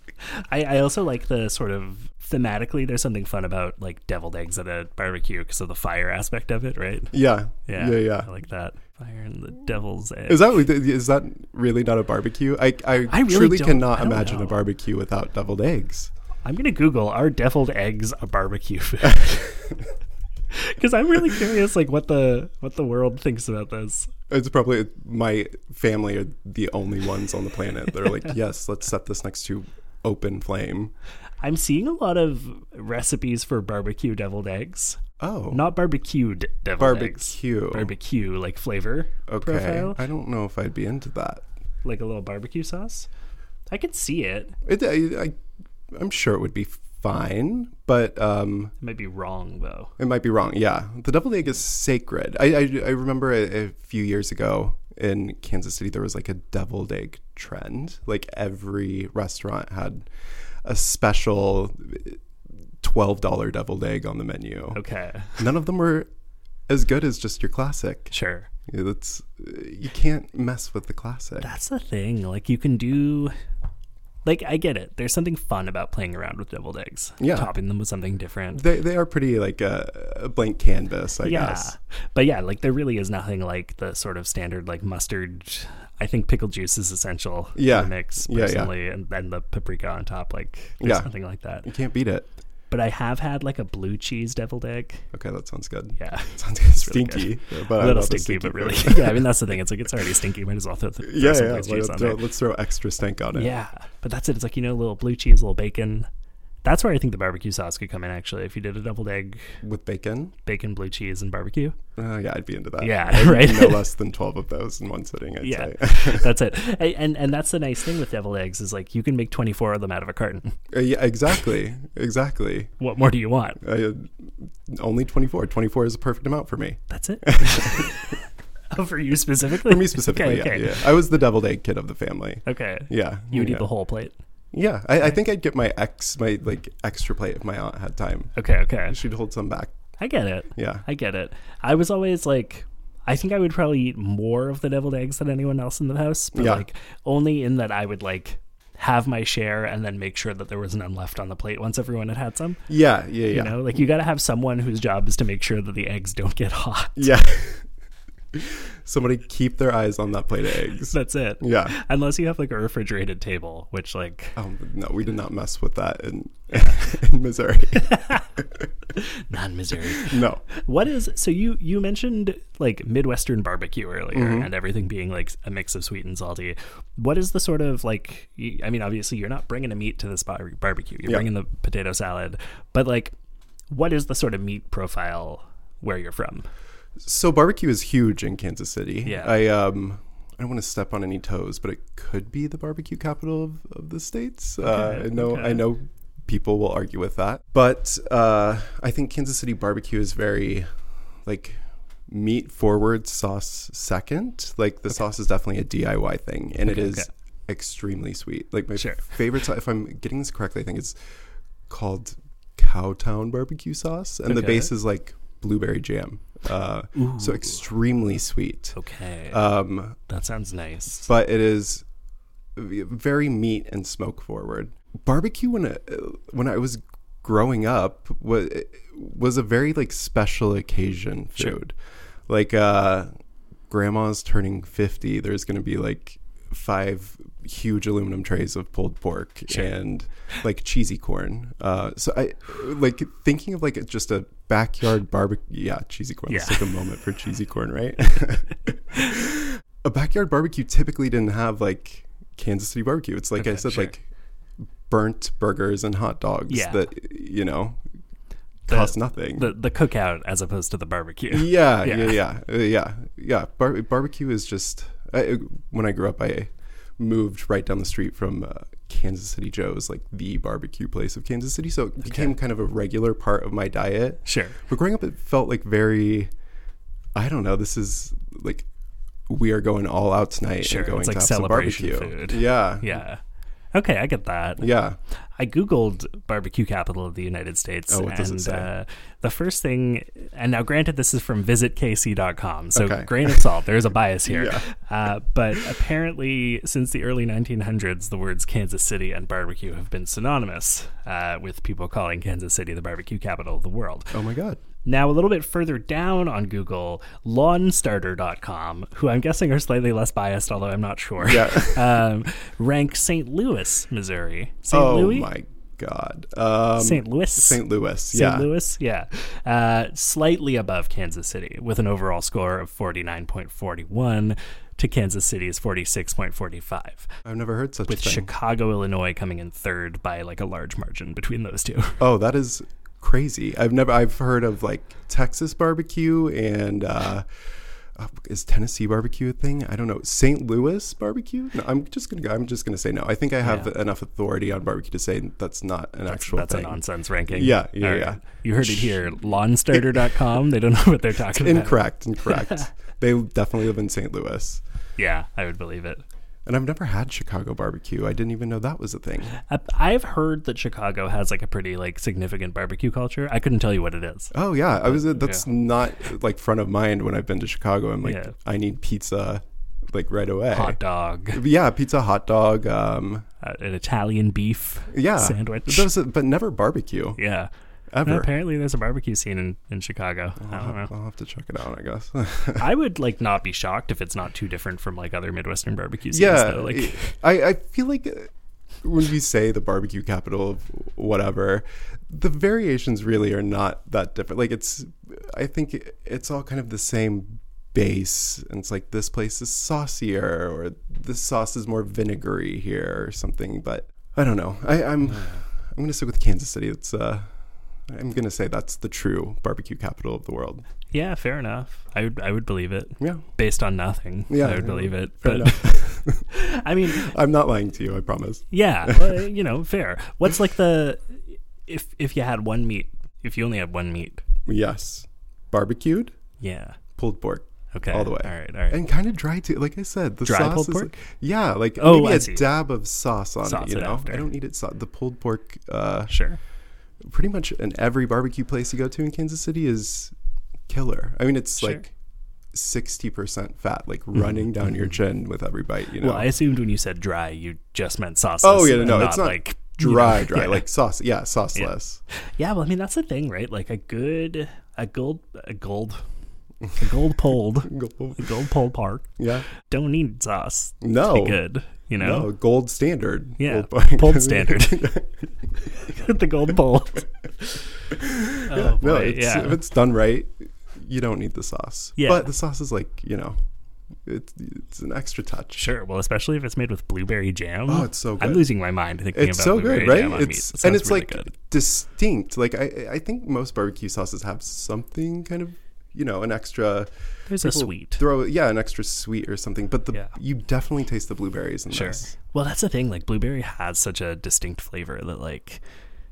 A: I, I also like the sort of thematically. There's something fun about like deviled eggs at a barbecue because of the fire aspect of it, right?
B: *laughs* Yeah. Yeah. Yeah.
A: I like that fire and the devil's egg.
B: Is that is that really not a barbecue? I I,
A: I really
B: truly
A: don't-
B: cannot
A: I don't
B: imagine
A: know.
B: a barbecue without deviled eggs.
A: I'm gonna Google are deviled eggs a barbecue food? *laughs*
B: *laughs*
A: Because I'm really curious, like what the what the world thinks about this.
B: It's probably my family are the only ones on the planet that
A: *laughs*
B: are like, yes, let's set this next to open flame.
A: I'm seeing a lot of recipes for barbecue deviled eggs,
B: Oh,
A: not barbecued deviled eggs.
B: barbecue.
A: Barbecue like flavor
B: Okay,
A: profile,
B: I don't know if I'd be into that.
A: like a little barbecue sauce. I could see it.
B: It, I, I, I'm sure it would be fine, but um,
A: I might be wrong though.
B: it might be wrong. Yeah, the deviled egg is sacred. I I, I remember a, a few years ago in Kansas City there was like a deviled egg trend. Like every restaurant had a special twelve dollar deviled egg on the menu.
A: Okay,
B: None of them were as good as just your classic.
A: sure.
B: That's you can't mess with the classic.
A: That's the thing. Like you can do. Like I get it. There's something fun about playing around with deviled eggs.
B: Yeah.
A: topping them with something different.
B: They they are pretty like a, a blank canvas, I
A: yeah,
B: guess.
A: but yeah, like there really is nothing like the sort of standard like mustard. I think pickle juice is essential. in
B: Yeah.
A: the mix
B: Yeah, yeah.
A: personally, and then the paprika on top. Like there's
B: Yeah.
A: nothing like that.
B: You can't beat it.
A: But I have had like a blue cheese deviled egg.
B: Okay, that sounds good. *laughs*
A: Yeah.
B: Sounds good.
A: really good.
B: Stinky, but
A: A
B: I
A: little
B: love a
A: stinky, but
B: food.
A: really, *laughs* yeah. I mean, that's the thing. It's like it's already stinky. Might as well throw, th- throw
B: yeah,
A: some
B: yeah.
A: blue
B: Let's
A: cheese on
B: throw,
A: there.
B: let's throw extra stink on it.
A: Yeah, but that's it. It's like you know, a little blue cheese, a little bacon. That's where I think the barbecue sauce could come in. Actually, if you did a deviled egg,
B: with bacon.
A: bacon, blue cheese, and barbecue.
B: Uh, yeah, I'd be into that.
A: Yeah,
B: I'd
A: *laughs*
B: eat
A: right?
B: No less than twelve of those in one sitting. I'd
A: Yeah,
B: say.
A: *laughs* that's it. A- And and that's the nice thing with deviled eggs is like you can make twenty four of them out of a carton. *laughs*
B: Uh, yeah, exactly, exactly.
A: What more do you want?
B: I, uh, only 24. 24 is a perfect amount for me.
A: That's
B: *laughs*
A: it. oh, for you specifically.
B: For me specifically,
A: Okay.
B: yeah,
A: okay.
B: yeah. I was the deviled egg kid of the family.
A: Okay.
B: Yeah.
A: You would
B: yeah.
A: eat the whole plate.
B: Yeah, I, I think I'd get my ex my like extra plate if my aunt had time.
A: Okay. Okay.
B: She'd hold some back.
A: I get it.
B: Yeah.
A: I get it. I was always like, I think I would probably eat more of the deviled eggs than anyone else in the house, but
B: Yeah.
A: like only in that I would like have my share and then make sure that there was none left on the plate once everyone had had some.
B: Yeah, yeah, yeah.
A: You know, like you got to have someone whose job is to make sure that the eggs don't get hot.
B: Yeah. *laughs* Somebody keep their eyes on that plate of eggs.
A: That's it.
B: Yeah.
A: Unless you have like a refrigerated table, which like *laughs*
B: Um, no, we did not mess with that in, *laughs* in Missouri.
A: non Missouri.
B: No.
A: what is so you you mentioned like Midwestern barbecue earlier
B: Mm-hmm.
A: and everything being like a mix of sweet and salty. What is the sort of like? y- I mean, obviously you're not bringing a meat to this bar- barbecue. You're
B: Yeah.
A: bringing the potato salad, but like, what is the sort of meat profile where you're from?
B: So barbecue is huge in Kansas City.
A: Yeah.
B: I um I don't want to step on any toes, but it could be the barbecue capital of, of the states. uh, I know
A: okay.
B: I know people will argue with that. But uh, I think Kansas City barbecue is very like meat forward, sauce second. Like the sauce is definitely a DIY thing, and it
A: Okay,
B: is
A: okay.
B: extremely sweet. Like my
A: Sure.
B: favorite sauce, if I'm getting this correctly, I think it's called Cowtown barbecue sauce, and the
A: Okay.
B: base is like blueberry jam. Uh, so extremely sweet.
A: Okay.
B: Um,
A: that sounds nice.
B: but it is very meat and smoke forward. Barbecue when I, when I was growing up was was a very like special occasion
A: Sure.
B: food. Like uh grandma's turning 50, there's going to be like five huge aluminum trays of pulled pork
A: Sure.
B: and like cheesy corn. Uh so I like thinking of like just a backyard barbecue yeah, cheesy corn. Let's
A: Yeah.
B: take a moment for cheesy
A: *laughs*
B: corn, right? a backyard barbecue typically didn't have like Kansas City barbecue. It's like I
A: Okay,
B: said,
A: sure.
B: like burnt burgers and hot dogs
A: Yeah.
B: that you know
A: The-
B: cost nothing.
A: The the cookout as opposed to the barbecue.
B: yeah,
A: Yeah.
B: yeah, yeah, uh, yeah, yeah. Bar- barbecue is just. I, when I grew up, I moved right down the street from uh, Kansas City Joe's, like the barbecue place of Kansas City. So it became kind of a regular part of my diet.
A: Sure.
B: But growing up, it felt like very, I don't know. This is like we are going all out tonight.
A: Sure,
B: and going
A: it's like
B: to have
A: celebration
B: some barbecue.
A: food.
B: Yeah,
A: Yeah. Okay, I get that.
B: yeah.
A: I googled barbecue capital of the United States,
B: Oh, what does it
A: and
B: say?
A: Uh, the first thing, and now granted, this is from visitkc.com, so
B: Okay.
A: grain of salt. There is a bias here,
B: Yeah.
A: uh, but apparently, since the early 1900s, the words Kansas City and barbecue have been synonymous, uh, with people calling Kansas City the barbecue capital of the world.
B: Oh my god.
A: Now, a little bit further down on Google, lawnstarter.com, who I'm guessing are slightly less biased, although I'm not sure,
B: Yeah.
A: *laughs* um, rank St. Louis, Missouri. St.
B: oh
A: Louis?
B: my god. Um,
A: St. Louis?
B: St. Louis.
A: St.
B: yeah.
A: Louis, yeah, uh, slightly above Kansas City with an overall score of 49.41 to Kansas City's 46.45,
B: I've never heard such
A: with
B: a thing.
A: Chicago, Illinois coming in third by like a large margin between those two.
B: oh, that is crazy. I've never. I've heard of like Texas barbecue and. uh uh, is Tennessee barbecue a thing? I don't know. St. Louis barbecue? No, I'm just gonna. go- I'm just gonna say no. I think I have
A: Yeah.
B: enough authority on barbecue to say that's not an *laughs* actual
A: That's a
B: thing.
A: nonsense ranking.
B: Yeah, yeah,
A: All
B: yeah.
A: You heard it here. Lawnstarter.com. They don't know what they're talking about. *laughs*
B: incorrect. Incorrect. they definitely live in St. Louis,
A: Yeah, I would believe it.
B: and I've never had Chicago barbecue. I didn't even know that was a thing.
A: I- I've heard that Chicago has like a pretty like significant barbecue culture. I couldn't tell you what it is.
B: Oh yeah, I was. That's not like front of mind when I've been to Chicago. I'm like,
A: Yeah.
B: I need pizza, like right away.
A: Hot dog,
B: Yeah, pizza, hot dog. Um,
A: uh, an Italian beef
B: yeah,
A: sandwich.
B: Those- but never barbecue
A: *laughs* Yeah.
B: ever. Uh-huh.
A: No, apparently there's a barbecue scene in, in Chicago. I don't know.
B: I'll have to check it out, I guess. *laughs*
A: I would like not be shocked if it's not too different from like other Midwestern barbecue scenes.
B: yeah,
A: though. like
B: I, I feel like uh, when we say the barbecue capital of whatever, the variations really are not that different. Like it's, I think it's all kind of the same base, and it's like this place is saucier, or this sauce is more vinegary here, or something. But I don't know. I, I'm, I'm gonna stick with Kansas City. It's uh. I'm gonna say that's the true barbecue capital of the world.
A: yeah, fair enough. I would I would believe it
B: Yeah,
A: based on nothing.
B: Yeah,
A: I would
B: yeah,
A: believe it.
B: fair
A: but *laughs* I mean,
B: I'm not lying to you. I promise.
A: yeah, well, you know, fair. What's like the if if you had one meat, if you only had one meat,
B: Yes, barbecued,
A: yeah,
B: pulled pork,
A: okay,
B: All the way.
A: All right, all right.
B: and kind of dry too. Like I said, the
A: Dry
B: sauce
A: pulled
B: is
A: pork?
B: like- yeah, like
A: Oh,
B: maybe
A: I
B: a
A: see.
B: dab of sauce on
A: Sauce
B: it. You
A: it
B: know,
A: after.
B: I don't need it. So- the pulled pork, uh,
A: sure.
B: pretty much in every barbecue place you go to in Kansas City is killer. I mean, it's
A: Sure. Mm-hmm,
B: like sixty percent fat, like running down your chin with every bite. You know,
A: Well, I assumed when you said dry, you just meant sauceless.
B: oh yeah,
A: and
B: no, it's not
A: like *laughs* you know,
B: dry, dry,
A: yeah.
B: like sauce. Yeah, sauceless.
A: Yeah, well, I mean that's the thing, right? Like a good, a gold, a gold, a gold pulled,
B: Gold-
A: a gold pulled pork
B: Yeah,
A: don't need sauce to
B: no,
A: be good. You know,
B: no, gold standard.
A: yeah,
B: Gold *laughs* pork.
A: pulled standard. *laughs* the gold pulled. oh boy,
B: no, it's, uh,
A: yeah.
B: if it's done right, you don't need the sauce.
A: Yeah.
B: But the sauce is like, you know, it's, it's an extra touch.
A: Sure. Well, especially if it's made with blueberry jam.
B: Oh, it's so
A: I'm
B: good.
A: losing my mind thinking
B: It's
A: about
B: so
A: blueberry
B: good, right?
A: jam on meat.
B: It's
A: It
B: and
A: sounds
B: it's
A: really
B: like
A: good.
B: distinct. Like I I think most barbecue sauces have something kind of, you know, an extra
A: there's a
B: people
A: sweet.
B: Throw yeah, an extra sweet or something, but the
A: Yeah.
B: you definitely taste the blueberries in
A: Sure.
B: this.
A: Well, that's the thing. Like blueberry has such a distinct flavor that like.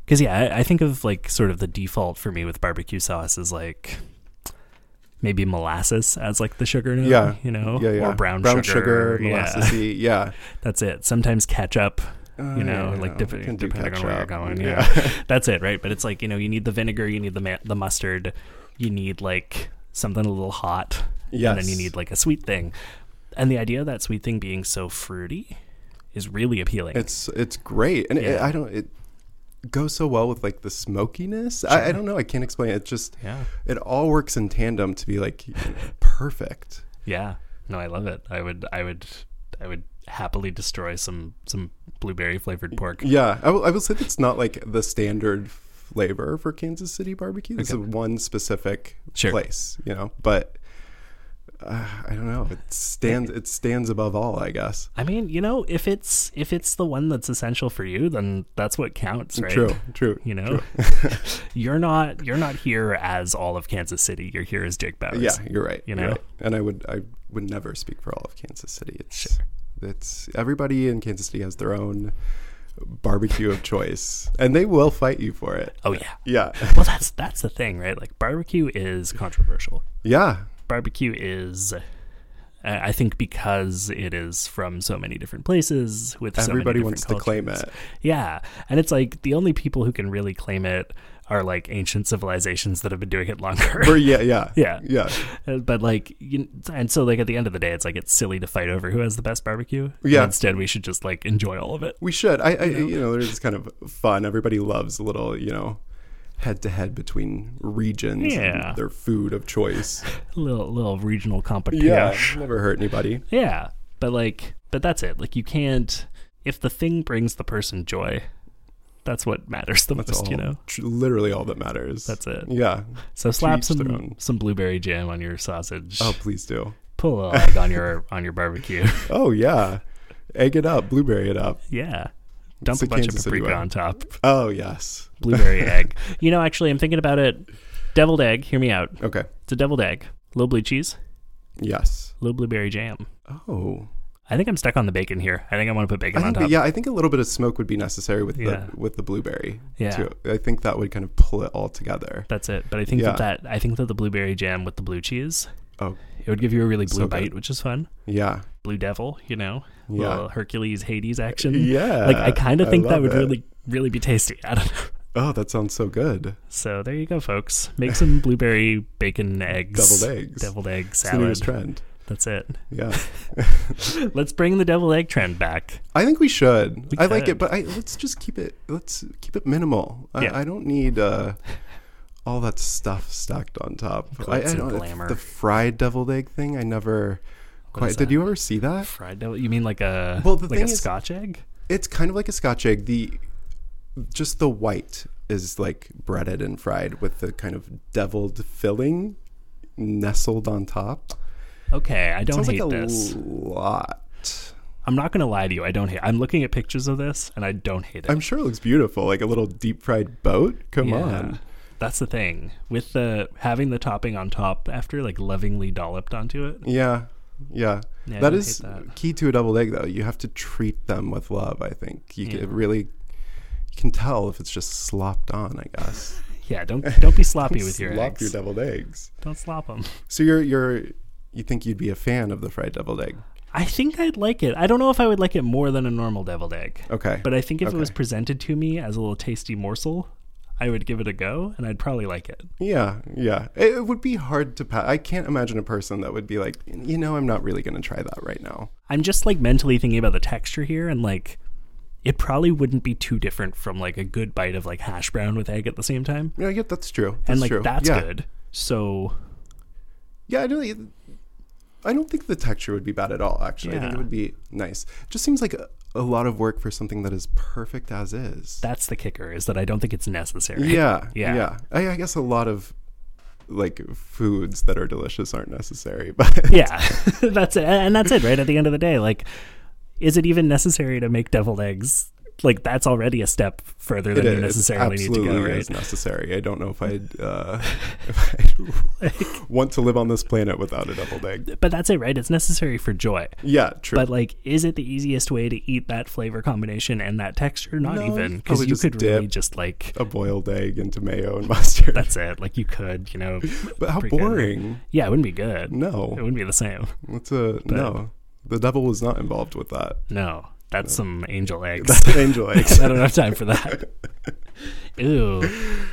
A: Because yeah, I, I think of like sort of the default for me with barbecue sauce is like maybe molasses as like the sugar note.
B: Yeah.
A: you know,
B: yeah, yeah.
A: or brown,
B: brown
A: sugar,
B: sugar,
A: Yeah,
B: molasses-y, yeah.
A: *laughs* that's it. Sometimes ketchup.
B: Uh,
A: You know,
B: yeah,
A: like
B: we
A: dip-
B: can do
A: depending on where you're
B: ketchup.
A: going. Yeah.
B: *laughs*
A: that's it, right? But it's like you know, you need the vinegar, you need the ma- the mustard, you need like something a little hot, and then you
B: Yes.
A: need like a sweet thing. And the idea of that sweet thing being so fruity is really appealing.
B: It's it's great, and it,
A: Yeah.
B: I don't. It goes so well with like the smokiness. I, I don't know. I can't explain. It It just
A: yeah,
B: it all works in tandem to be like you know, perfect.
A: yeah. No, I love it. I would, I would, I would happily destroy some some blueberry flavored pork.
B: Yeah, I will, I will say that's not like the standard flavor for Kansas City barbecue. This is one specific
A: Sure.
B: place, you know. But uh, I don't know. It stands. It stands above all, I guess.
A: I mean, you know, if it's if it's the one that's essential for you, then that's what counts, right?
B: True. True.
A: You know, *laughs* you're not you're not here as all of Kansas City. You're here as Jake Bowers.
B: Yeah, you're right.
A: you
B: you're
A: know?
B: right. and I would I would never speak for all of Kansas City. It's it's everybody in Kansas City has their own barbecue of choice, and they will fight you for it.
A: Oh yeah.
B: Yeah, *laughs*
A: well that's that's the thing right like barbecue is controversial
B: yeah,
A: barbecue is I- i think because it is from so many different places with so many
B: Everybody
A: different
B: wants to claim
A: cultures.
B: it.
A: yeah and it's like the only people who can really claim it are like ancient civilizations that have been doing it
B: *laughs*
A: longer
B: or yeah, yeah,
A: Yeah.
B: yeah,
A: *laughs* Uh, but like you, and so like at the end of the day it's like it's silly to fight over who has the best barbecue And
B: Yeah.
A: instead we should just like enjoy all of it
B: We should. I, I you know, there's this kind of fun. Everybody loves a little, you know, head to head between regions, and
A: Yeah.
B: their food
A: *laughs*
B: of choice.
A: little little regional competition
B: Yeah, never hurt anybody.
A: Yeah, but like, but that's it. Like, you can't. If the thing brings the person joy, that's what matters the
B: That's
A: most.
B: all,
A: You know,
B: tr- literally all that matters.
A: that's it. *laughs*
B: yeah.
A: So slap
B: each
A: some
B: their own.
A: some blueberry jam on your sausage.
B: Oh, please do. *laughs*
A: Pull a leg on your on your barbecue. *laughs*
B: Oh yeah, egg it up, blueberry it up.
A: yeah. Dump
B: the
A: a bunch
B: Kansas
A: of
B: City
A: paprika
B: way.
A: on top.
B: Oh yes. *laughs*
A: Blueberry egg. You know, actually, I'm thinking about it. Deviled egg. Hear me out.
B: Okay.
A: It's a deviled egg. Low blue cheese.
B: Yes.
A: Low blueberry jam.
B: Oh.
A: I think I'm stuck on the bacon here. I think I want to put bacon
B: I
A: on
B: think
A: top.
B: that, yeah, I think a little bit of smoke would be necessary with
A: Yeah.
B: the with the blueberry.
A: Yeah.
B: Too. I think that would kind of pull it all together.
A: That's it. But I think
B: Yeah.
A: that, that I think that the blueberry jam with the blue cheese
B: Oh
A: It would give you a really blue
B: So good.
A: bite, which is fun.
B: yeah.
A: Blue Devil, you know,
B: Yeah.
A: little Hercules Hades action.
B: *laughs* Yeah.
A: like I kind of think that
B: love
A: would
B: it.
A: really, really be tasty. *laughs* I don't know.
B: Oh, that sounds so good.
A: So there you go, folks. Make
B: *laughs*
A: some blueberry bacon eggs,
B: Deviled eggs.
A: deviled egg
B: It's the
A: salad.
B: newest trend.
A: That's it.
B: Yeah.
A: Let's bring the deviled egg trend back.
B: I think we should.
A: We
B: I like
A: could.
B: it, but I, let's just keep it. Let's keep it minimal. I,
A: Yeah.
B: I don't need uh, all that stuff stacked on top. I,
A: Glitz
B: I
A: and
B: don't,
A: glamour.
B: The fried deviled egg thing. I never
A: is
B: quite. Did
A: that?
B: you ever see that?
A: Fried devil? You mean like a
B: Well, the
A: like a
B: thing is-
A: Scotch egg?
B: It's kind of like a Scotch egg. The just the white is like breaded and fried with the kind of deviled filling nestled on top.
A: Okay, I don't
B: Sounds
A: hate
B: like a
A: this.
B: lot.
A: I'm not gonna lie to you. I don't hate. I'm looking at pictures of this, and I don't hate it.
B: I'm sure it looks beautiful, like a little deep fried boat. Come
A: Yeah.
B: on.
A: That's the thing with the having the topping on top after like lovingly dolloped onto it.
B: Yeah. Yeah.
A: Yeah, I
B: that
A: don't
B: is
A: hate that.
B: key to a double egg though. You have to treat them with love, I think. You
A: Yeah.
B: can really you can tell if it's just slopped on, I guess.
A: Yeah,
B: *laughs*
A: don't don't be sloppy with your
B: Slop
A: eggs.
B: your deviled eggs.
A: don't slop them.
B: So you're you're you think you'd be a fan of the fried deviled egg.
A: I think I'd like it. I don't know if I would like it more than a normal deviled egg,
B: Okay.
A: but I think if it was
B: Okay.
A: presented to me as a little tasty morsel, I would give it a go, and I'd probably like it.
B: yeah, yeah. It, it would be hard to pass. I can't imagine a person that would be like, you know, I'm not really going to try that right now.
A: I'm just like mentally thinking about the texture here, and like it probably wouldn't be too different from like a good bite of like hash brown with egg at the same time,
B: Yeah, yeah, that's true. That's
A: and like
B: true.
A: that's
B: yeah.
A: good. So
B: Yeah, I don't. I don't think the texture would be bad at all. Actually, I think
A: Yeah.
B: it would be nice. Just seems like a, a lot of work for something that is perfect as is.
A: that's the kicker is that I don't think it's necessary.
B: yeah,
A: Yeah.
B: yeah, I, I guess a lot of like foods that are delicious aren't necessary, *laughs* but
A: *laughs* yeah *laughs* that's it and that's it right at the end of the day like is it even necessary to make deviled eggs like that's already a step further than
B: It
A: you
B: is
A: necessarily need to
B: absolutely
A: go, right?
B: is necessary. I don't know if
A: *laughs*
B: I'd, uh, *laughs* if I'd *laughs* want to live on this planet without a deviled egg.
A: But that's it, right? It's necessary for joy.
B: Yeah, true.
A: But like, is it the easiest way to eat that flavor combination and that texture? Not
B: No,
A: even
B: you
A: because
B: probably
A: you
B: just
A: could really
B: dip.
A: just like
B: a boiled egg into mayo and *laughs* mustard.
A: that's it. Like you could, you
B: *laughs*
A: know,
B: but how
A: pretty good.
B: boring.
A: yeah, it wouldn't be good. It
B: No,
A: wouldn't be the same.
B: that's a no. The devil was not involved
A: *laughs*
B: with that.
A: No, that's some
B: *laughs*
A: angel eggs.
B: That's angel eggs.
A: I don't have time for
B: *laughs*
A: that. Ew.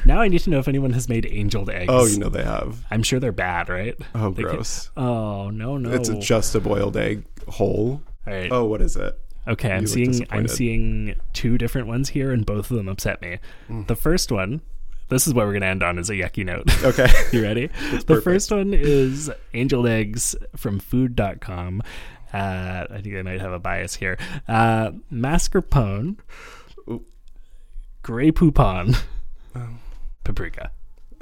A: Now I need to know if anyone has made angeled eggs.
B: Oh, you know they have.
A: I'm sure they're bad, right?
B: Oh,
A: They could-
B: gross.
A: Oh no no.
B: It's just a boiled egg whole.
A: All right.
B: Oh, what is it?
A: Okay,
B: You
A: I'm
B: look
A: seeing I'm
B: disappointed.
A: seeing two different ones here, and both of them upset me.
B: Mm.
A: The first one, this is what we're gonna end on, is a yucky note.
B: Okay. *laughs*
A: you ready? the
B: perfect.
A: first one is angel eggs from food.com. Uh, I think I might have a bias here. Uh, mascarpone, gray poupon, paprika.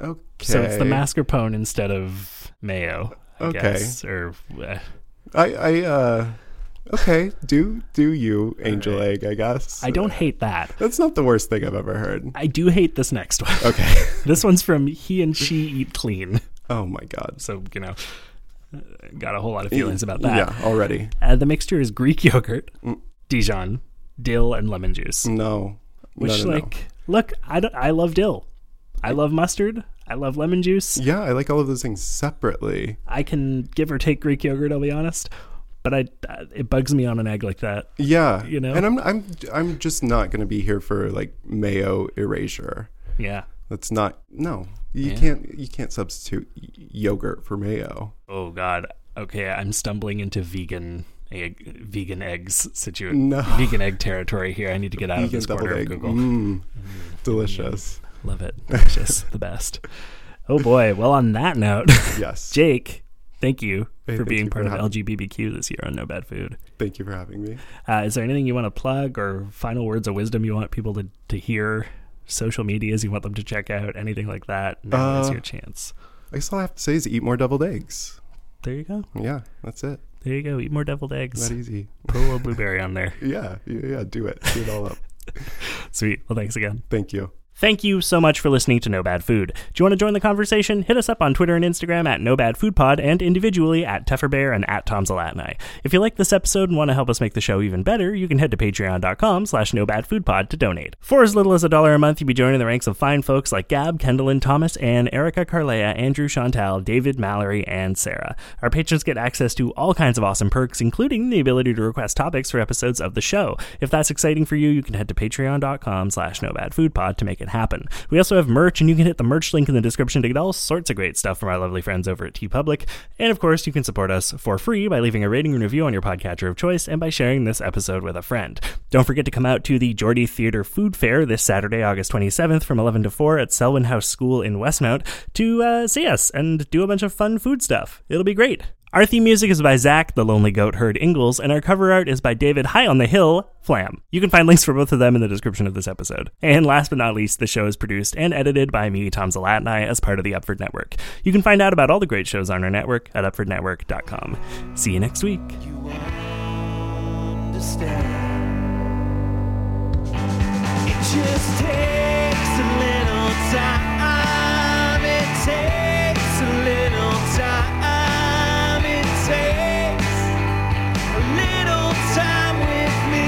B: Oh. Okay.
A: So it's the mascarpone instead of mayo. I
B: Okay.
A: Guess, or uh,
B: I I uh okay, do do you angel egg, I guess.
A: I don't hate that.
B: That's not the worst thing I've ever heard.
A: I do hate this next one.
B: Okay.
A: *laughs* This one's from He and She Eat Clean.
B: oh my god.
A: So, you know, uh, got a whole lot of feelings about that.
B: Yeah, already.
A: Uh, the mixture is Greek *laughs* yogurt,
B: Mm.
A: Dijon, dill, and lemon juice.
B: No.
A: Which,
B: no, no, no.
A: like, look, I, don't, I love dill.
B: Mm.
A: I love mustard. I love lemon juice.
B: Yeah, I like all of those things separately.
A: I can give or take Greek yogurt, I'll be honest. But I, uh, it bugs me on an egg like that.
B: Yeah.
A: You know?
B: And I'm I'm I'm just not going to be here for like mayo erasure.
A: Yeah.
B: That's not no. You can't you can't substitute y- yogurt for mayo.
A: Oh, God. Okay, I'm stumbling into vegan egg, vegan eggs situ-
B: No.
A: vegan egg territory here. I need to get out of
B: Vegan
A: this corner
B: deviled
A: of
B: egg.
A: Google. *laughs*
B: Mm, delicious.
A: Love it. Just the best. Oh boy. Well, on that note, *laughs*
B: Yes.
A: Jake, thank you
B: Hey,
A: for
B: thank
A: being
B: you
A: part
B: for
A: of
B: having-
A: LGBTQ this year on No Bad Food.
B: Thank you for having me.
A: Uh, is there anything you want to plug or final words of wisdom you want people to, to hear? Social medias you want them to check out? Anything like that? Now is
B: Uh,
A: your chance.
B: I guess all I have to say is eat more deviled eggs.
A: There you go.
B: Yeah, that's it.
A: There you go. Eat more deviled eggs.
B: Not easy.
A: Put a little blueberry on there.
B: Yeah, yeah, yeah, do it. Do it all up.
A: Sweet. Well, thanks again.
B: Thank you.
A: Thank you so much for listening to No Bad Food. Do you want to join the conversation? Hit us up on Twitter and Instagram at No Bad Food Pod and individually at Tefferbear and at Tom Zalatni. If you like this episode and want to help us make the show even better, you can head to patreon.com slash No Bad Food Pod to donate. For as little as a dollar a month, you'll be joining the ranks of fine folks like Gab, Kendall, and Thomas, Ann, Erica, Carlea, Andrew, Chantal, David, Mallory, and Sarah. Our patrons get access to all kinds of awesome perks, including the ability to request topics for episodes of the show. If that's exciting for you, you can head to patreon.com slash no bad food pod to make it happen. We also have merch, and you can hit the merch link in the description to get all sorts of great stuff from our lovely friends over at T Public. And of course, you can support us for free by leaving a rating and review on your podcatcher of choice and by sharing this episode with a friend. Don't forget to come out to the Geordie Theater Food Fair this Saturday, August 27th from 11 to 4 at Selwyn House School in Westmount to uh, see us and do a bunch of fun food stuff. It'll be great. Our theme music is by Zach, the Lonely Goat Herd Ingalls, and our cover art is by David High on the Hill, Flam. You can find links for both of them in the description of this episode. And last but not least, the show is produced and edited by me, Tom Zalatni, as part of the Upford Network. You can find out about all the great shows on our network at upfordnetwork.com. See you next week.
C: you understand. It just takes a little time. It takes a little time. It takes a little time with me.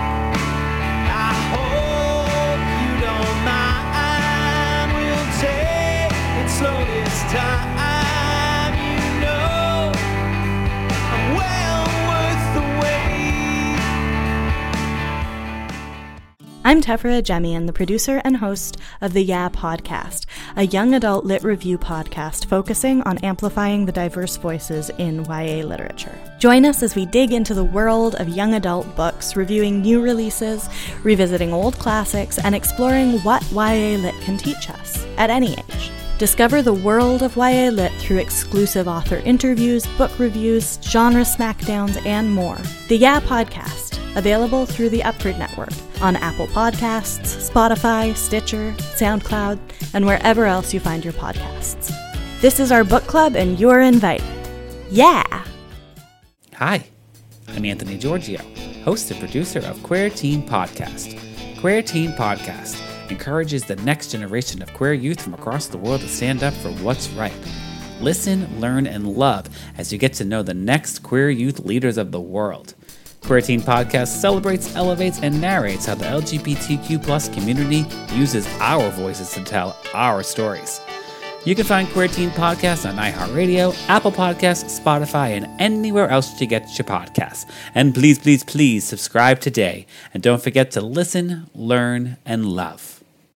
C: I hope you don't mind. We'll take it slow this time. You know. Well worth the wait.
D: I'm Tefra Jemian, the producer and host of the Yeah Podcast, a young adult lit review podcast focusing on amplifying the diverse voices in YA literature. Join us as we dig into the world of young adult books, reviewing new releases, revisiting old classics, and exploring what YA lit can teach us at any age. Discover the world of YA Lit through exclusive author interviews, book reviews, genre smackdowns, and more. The Yeah Podcast, available through the Upford Network on Apple Podcasts, Spotify, Stitcher, SoundCloud, and wherever else you find your podcasts. This is our book club, and you're invited. Yeah!
E: Hi, I'm Anthony Giorgio, host and producer of Queer Teen Podcast. Queer Teen Podcast encourages the next generation of queer youth from across the world to stand up for what's right. Listen, learn, and love as you get to know the next queer youth leaders of the world. Queer Teen Podcast celebrates, elevates, and narrates how the LGBTQ plus community uses our voices to tell our stories. You can find Queer Teen Podcast on iHeartRadio, Apple Podcasts, Spotify, and anywhere else you get your podcasts. And please, please, please subscribe today. And don't forget to listen, learn, and love.